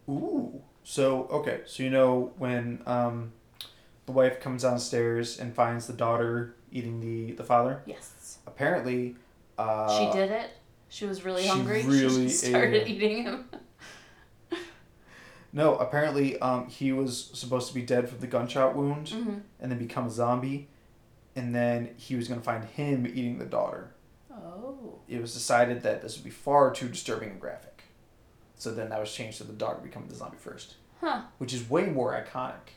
[SPEAKER 2] Ooh. So okay, so you know when um, the wife comes downstairs and finds the daughter eating the the father.
[SPEAKER 1] Yes,
[SPEAKER 2] Apparently, uh,
[SPEAKER 1] she did it. She was really
[SPEAKER 2] she
[SPEAKER 1] hungry. she
[SPEAKER 2] really
[SPEAKER 1] just started
[SPEAKER 2] ate
[SPEAKER 1] eating him.
[SPEAKER 2] No, apparently um, he was supposed to be dead from the gunshot wound
[SPEAKER 1] Mm-hmm.
[SPEAKER 2] and then become a zombie. And then he was going to find him eating the daughter.
[SPEAKER 1] Oh.
[SPEAKER 2] It was decided that this would be far too disturbing and graphic. So then that was changed to the daughter becoming the zombie first,
[SPEAKER 1] Huh.
[SPEAKER 2] which is way more iconic.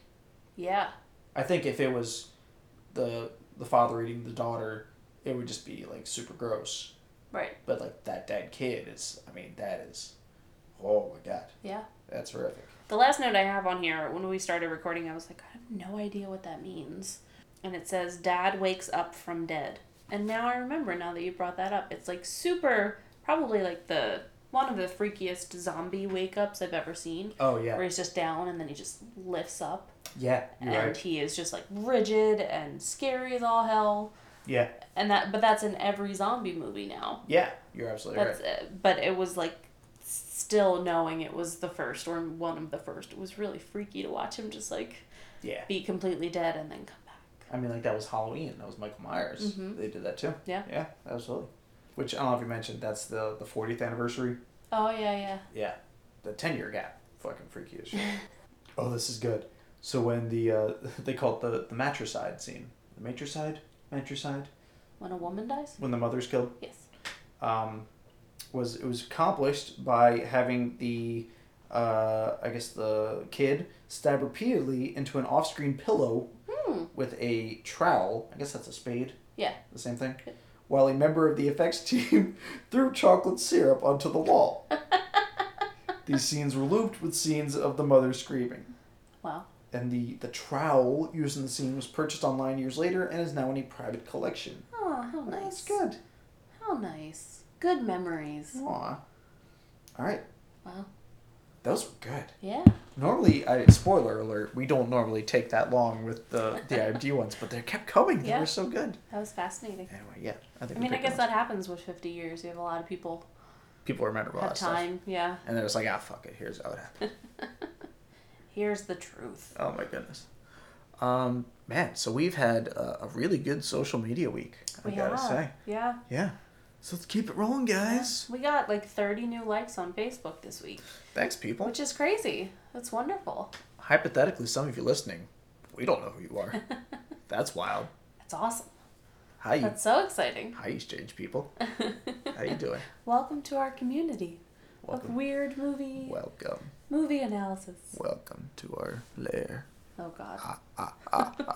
[SPEAKER 1] Yeah.
[SPEAKER 2] I think if it was the the father eating the daughter, it would just be like super gross.
[SPEAKER 1] Right.
[SPEAKER 2] But like that dead kid is, I mean, that is, oh my god,
[SPEAKER 1] Yeah.
[SPEAKER 2] that's horrific.
[SPEAKER 1] The last note I have on here, when we started recording, I was like, I have no idea what that means. And it says, Dad wakes up from dead. And now I remember, now that you brought that up, it's like super, probably like the one of the freakiest zombie wake ups I've ever seen,
[SPEAKER 2] Oh yeah,
[SPEAKER 1] where he's just down and then he just lifts up
[SPEAKER 2] yeah, you're
[SPEAKER 1] and
[SPEAKER 2] right.
[SPEAKER 1] he is just like rigid and scary as all hell.
[SPEAKER 2] Yeah,
[SPEAKER 1] And that, but that's in every zombie movie now.
[SPEAKER 2] yeah, you're absolutely
[SPEAKER 1] That's
[SPEAKER 2] right.
[SPEAKER 1] it. But it was like still knowing it was the first or one of the first. It was really freaky to watch him just like
[SPEAKER 2] Yeah,
[SPEAKER 1] be completely dead and then come back.
[SPEAKER 2] I mean like that was Halloween. That was Michael Myers.
[SPEAKER 1] Mhm.
[SPEAKER 2] They did that too.
[SPEAKER 1] Yeah.
[SPEAKER 2] yeah, absolutely. Which I don't know if you mentioned that's the the 40th anniversary.
[SPEAKER 1] Oh yeah, yeah.
[SPEAKER 2] Yeah, the 10 year gap. Fucking freaky as shit. oh, this is good. So when the uh, they call it the the matricide scene, the matricide, matricide,
[SPEAKER 1] When a woman dies?
[SPEAKER 2] when the mother's killed.
[SPEAKER 1] Yes.
[SPEAKER 2] um, was it was accomplished by having the uh, I guess the kid stabbed repeatedly into an off-screen pillow
[SPEAKER 1] Hmm.
[SPEAKER 2] with a trowel. I guess that's a spade.
[SPEAKER 1] Yeah.
[SPEAKER 2] The same thing.
[SPEAKER 1] Yep.
[SPEAKER 2] While a member of the effects team threw chocolate syrup onto the wall. These scenes were looped with scenes of the mother screaming.
[SPEAKER 1] Wow.
[SPEAKER 2] And the, the trowel used in the scene was purchased online years later and is now in a private collection.
[SPEAKER 1] Oh, how
[SPEAKER 2] Well,
[SPEAKER 1] nice.
[SPEAKER 2] That's good.
[SPEAKER 1] How nice. Good memories.
[SPEAKER 2] Aw. All right.
[SPEAKER 1] Wow.
[SPEAKER 2] Those were good.
[SPEAKER 1] Yeah.
[SPEAKER 2] Normally, I spoiler alert, we don't normally take that long with the the IMD ones, but they kept coming. They
[SPEAKER 1] Yeah.
[SPEAKER 2] were so good.
[SPEAKER 1] That was fascinating.
[SPEAKER 2] Anyway, yeah, I think.
[SPEAKER 1] I mean,
[SPEAKER 2] we
[SPEAKER 1] I
[SPEAKER 2] picked
[SPEAKER 1] guess
[SPEAKER 2] the
[SPEAKER 1] that
[SPEAKER 2] ones-
[SPEAKER 1] happens with 50 years. You have a lot of people
[SPEAKER 2] people remember a lot
[SPEAKER 1] have
[SPEAKER 2] of stuff,
[SPEAKER 1] time. Yeah.
[SPEAKER 2] and they're just like, ah, fuck it. Here's how it happened.
[SPEAKER 1] Here's the truth.
[SPEAKER 2] oh my goodness.
[SPEAKER 3] Um, man, so we've had uh, a really good social media week. I
[SPEAKER 1] we
[SPEAKER 3] gotta
[SPEAKER 1] have.
[SPEAKER 3] say,
[SPEAKER 1] Yeah.
[SPEAKER 3] yeah. So let's keep it rolling, guys.
[SPEAKER 1] We got like 30 new likes on Facebook this week,
[SPEAKER 3] Thanks, people.
[SPEAKER 1] which is crazy. That's wonderful.
[SPEAKER 3] Hypothetically, some of you listening, we don't know who you are. That's wild.
[SPEAKER 1] That's awesome.
[SPEAKER 3] How you?
[SPEAKER 1] That's so exciting.
[SPEAKER 3] How you change people? How you doing?
[SPEAKER 1] Welcome to our community
[SPEAKER 3] Welcome.
[SPEAKER 1] of weird movie
[SPEAKER 3] Welcome,
[SPEAKER 1] movie analysis.
[SPEAKER 3] welcome to our lair. Ah,
[SPEAKER 1] Oh God.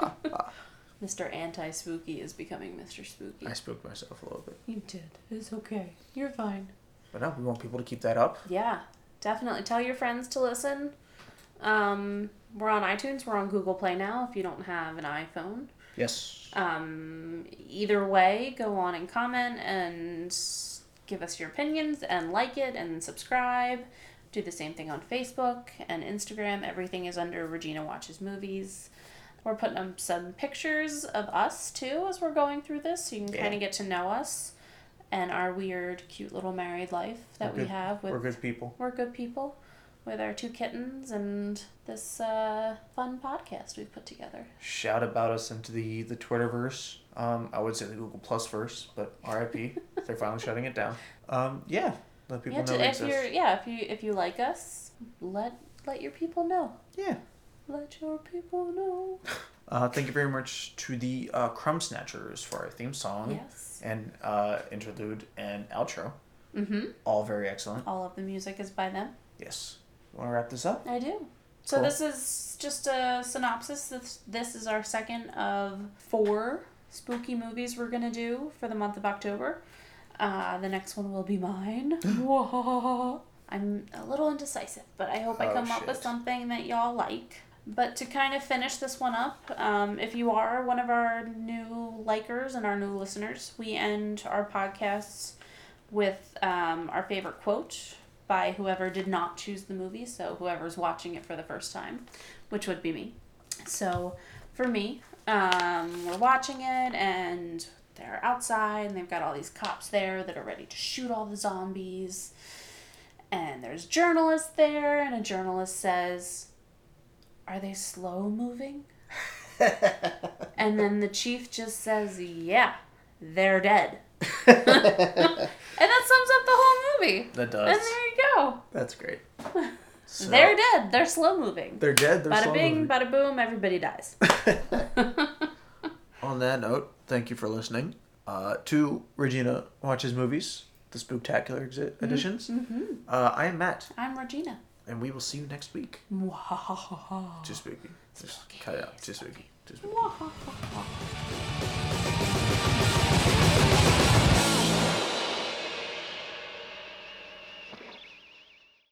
[SPEAKER 1] Mr. Anti Spooky is becoming Mr. Spooky.
[SPEAKER 3] I spooked myself a little bit,
[SPEAKER 1] You did. It's okay. You're fine.
[SPEAKER 3] but no, we want people to keep that up.
[SPEAKER 1] Yeah, definitely. Tell your friends to listen. Um, we're on iTunes. We're on Google Play now. If you don't have an iPhone,
[SPEAKER 3] Yes.
[SPEAKER 1] um, either way, go on and comment and give us your opinions and like it and subscribe. Do the same thing on Facebook and Instagram. Everything is under Regina Watches Movies. We're putting up some pictures of us too as we're going through this, so you can
[SPEAKER 3] Yeah.
[SPEAKER 1] kind of get to know us and our weird, cute little married life that
[SPEAKER 3] We're
[SPEAKER 1] we
[SPEAKER 3] good-
[SPEAKER 1] have with
[SPEAKER 3] We're good people.
[SPEAKER 1] we're good people with our two kittens and this uh, fun podcast we've put together.
[SPEAKER 3] shout about us into the the Twitterverse. Um, I would say the Google Plus verse, but RIP. they're finally shutting it down. Um, yeah, let people
[SPEAKER 1] yeah,
[SPEAKER 3] know
[SPEAKER 1] to-
[SPEAKER 3] we
[SPEAKER 1] if you're
[SPEAKER 3] exist.
[SPEAKER 1] yeah, if you if you like us, let let your people know.
[SPEAKER 3] Yeah.
[SPEAKER 1] Let your people know.
[SPEAKER 3] Uh, thank you very much to the uh, Crumb Snatchers for our theme song
[SPEAKER 1] Yes.
[SPEAKER 3] and uh, interlude and outro.
[SPEAKER 1] Mm-hmm.
[SPEAKER 3] All very excellent.
[SPEAKER 1] All of the music is by them.
[SPEAKER 3] Yes. Want to wrap this up?
[SPEAKER 1] I do. So
[SPEAKER 3] Cool.
[SPEAKER 1] this is just a synopsis. This this is our second of four spooky movies we're gonna do for the month of October. Uh, the next one will be mine. Whoa. I'm a little indecisive, but I hope I
[SPEAKER 3] Oh,
[SPEAKER 1] come up with
[SPEAKER 3] shit.
[SPEAKER 1] something that y'all like. But to kind of finish this one up, um, if you are one of our new likers and our new listeners, we end our podcasts with um, our favorite quote by whoever did not choose the movie, so whoever's watching it for the first time, which would be me. So for me, um, we're watching it and they're outside and they've got all these cops there that are ready to shoot all the zombies. And there's journalists there, and a journalist says, Are they slow moving? and then the chief just says, Yeah, they're dead. and that sums up the whole movie.
[SPEAKER 3] That
[SPEAKER 1] And
[SPEAKER 3] does.
[SPEAKER 1] there you go.
[SPEAKER 3] That's great.
[SPEAKER 2] So-
[SPEAKER 1] They're dead. They're slow moving.
[SPEAKER 2] They're dead. They're
[SPEAKER 1] bada
[SPEAKER 2] slow
[SPEAKER 1] bing,
[SPEAKER 2] moving.
[SPEAKER 1] bada boom. Everybody dies.
[SPEAKER 2] On that note, thank you for listening uh, to Regina Watches Movies, the Spooktacular exi- editions. Uh, I am Matt,
[SPEAKER 1] I'm Regina.
[SPEAKER 2] and we will see you next week.
[SPEAKER 1] Mwahahaha.
[SPEAKER 2] Just spooky. Just cut it out. Just spooky. Just spooky.
[SPEAKER 1] Mwahahaha.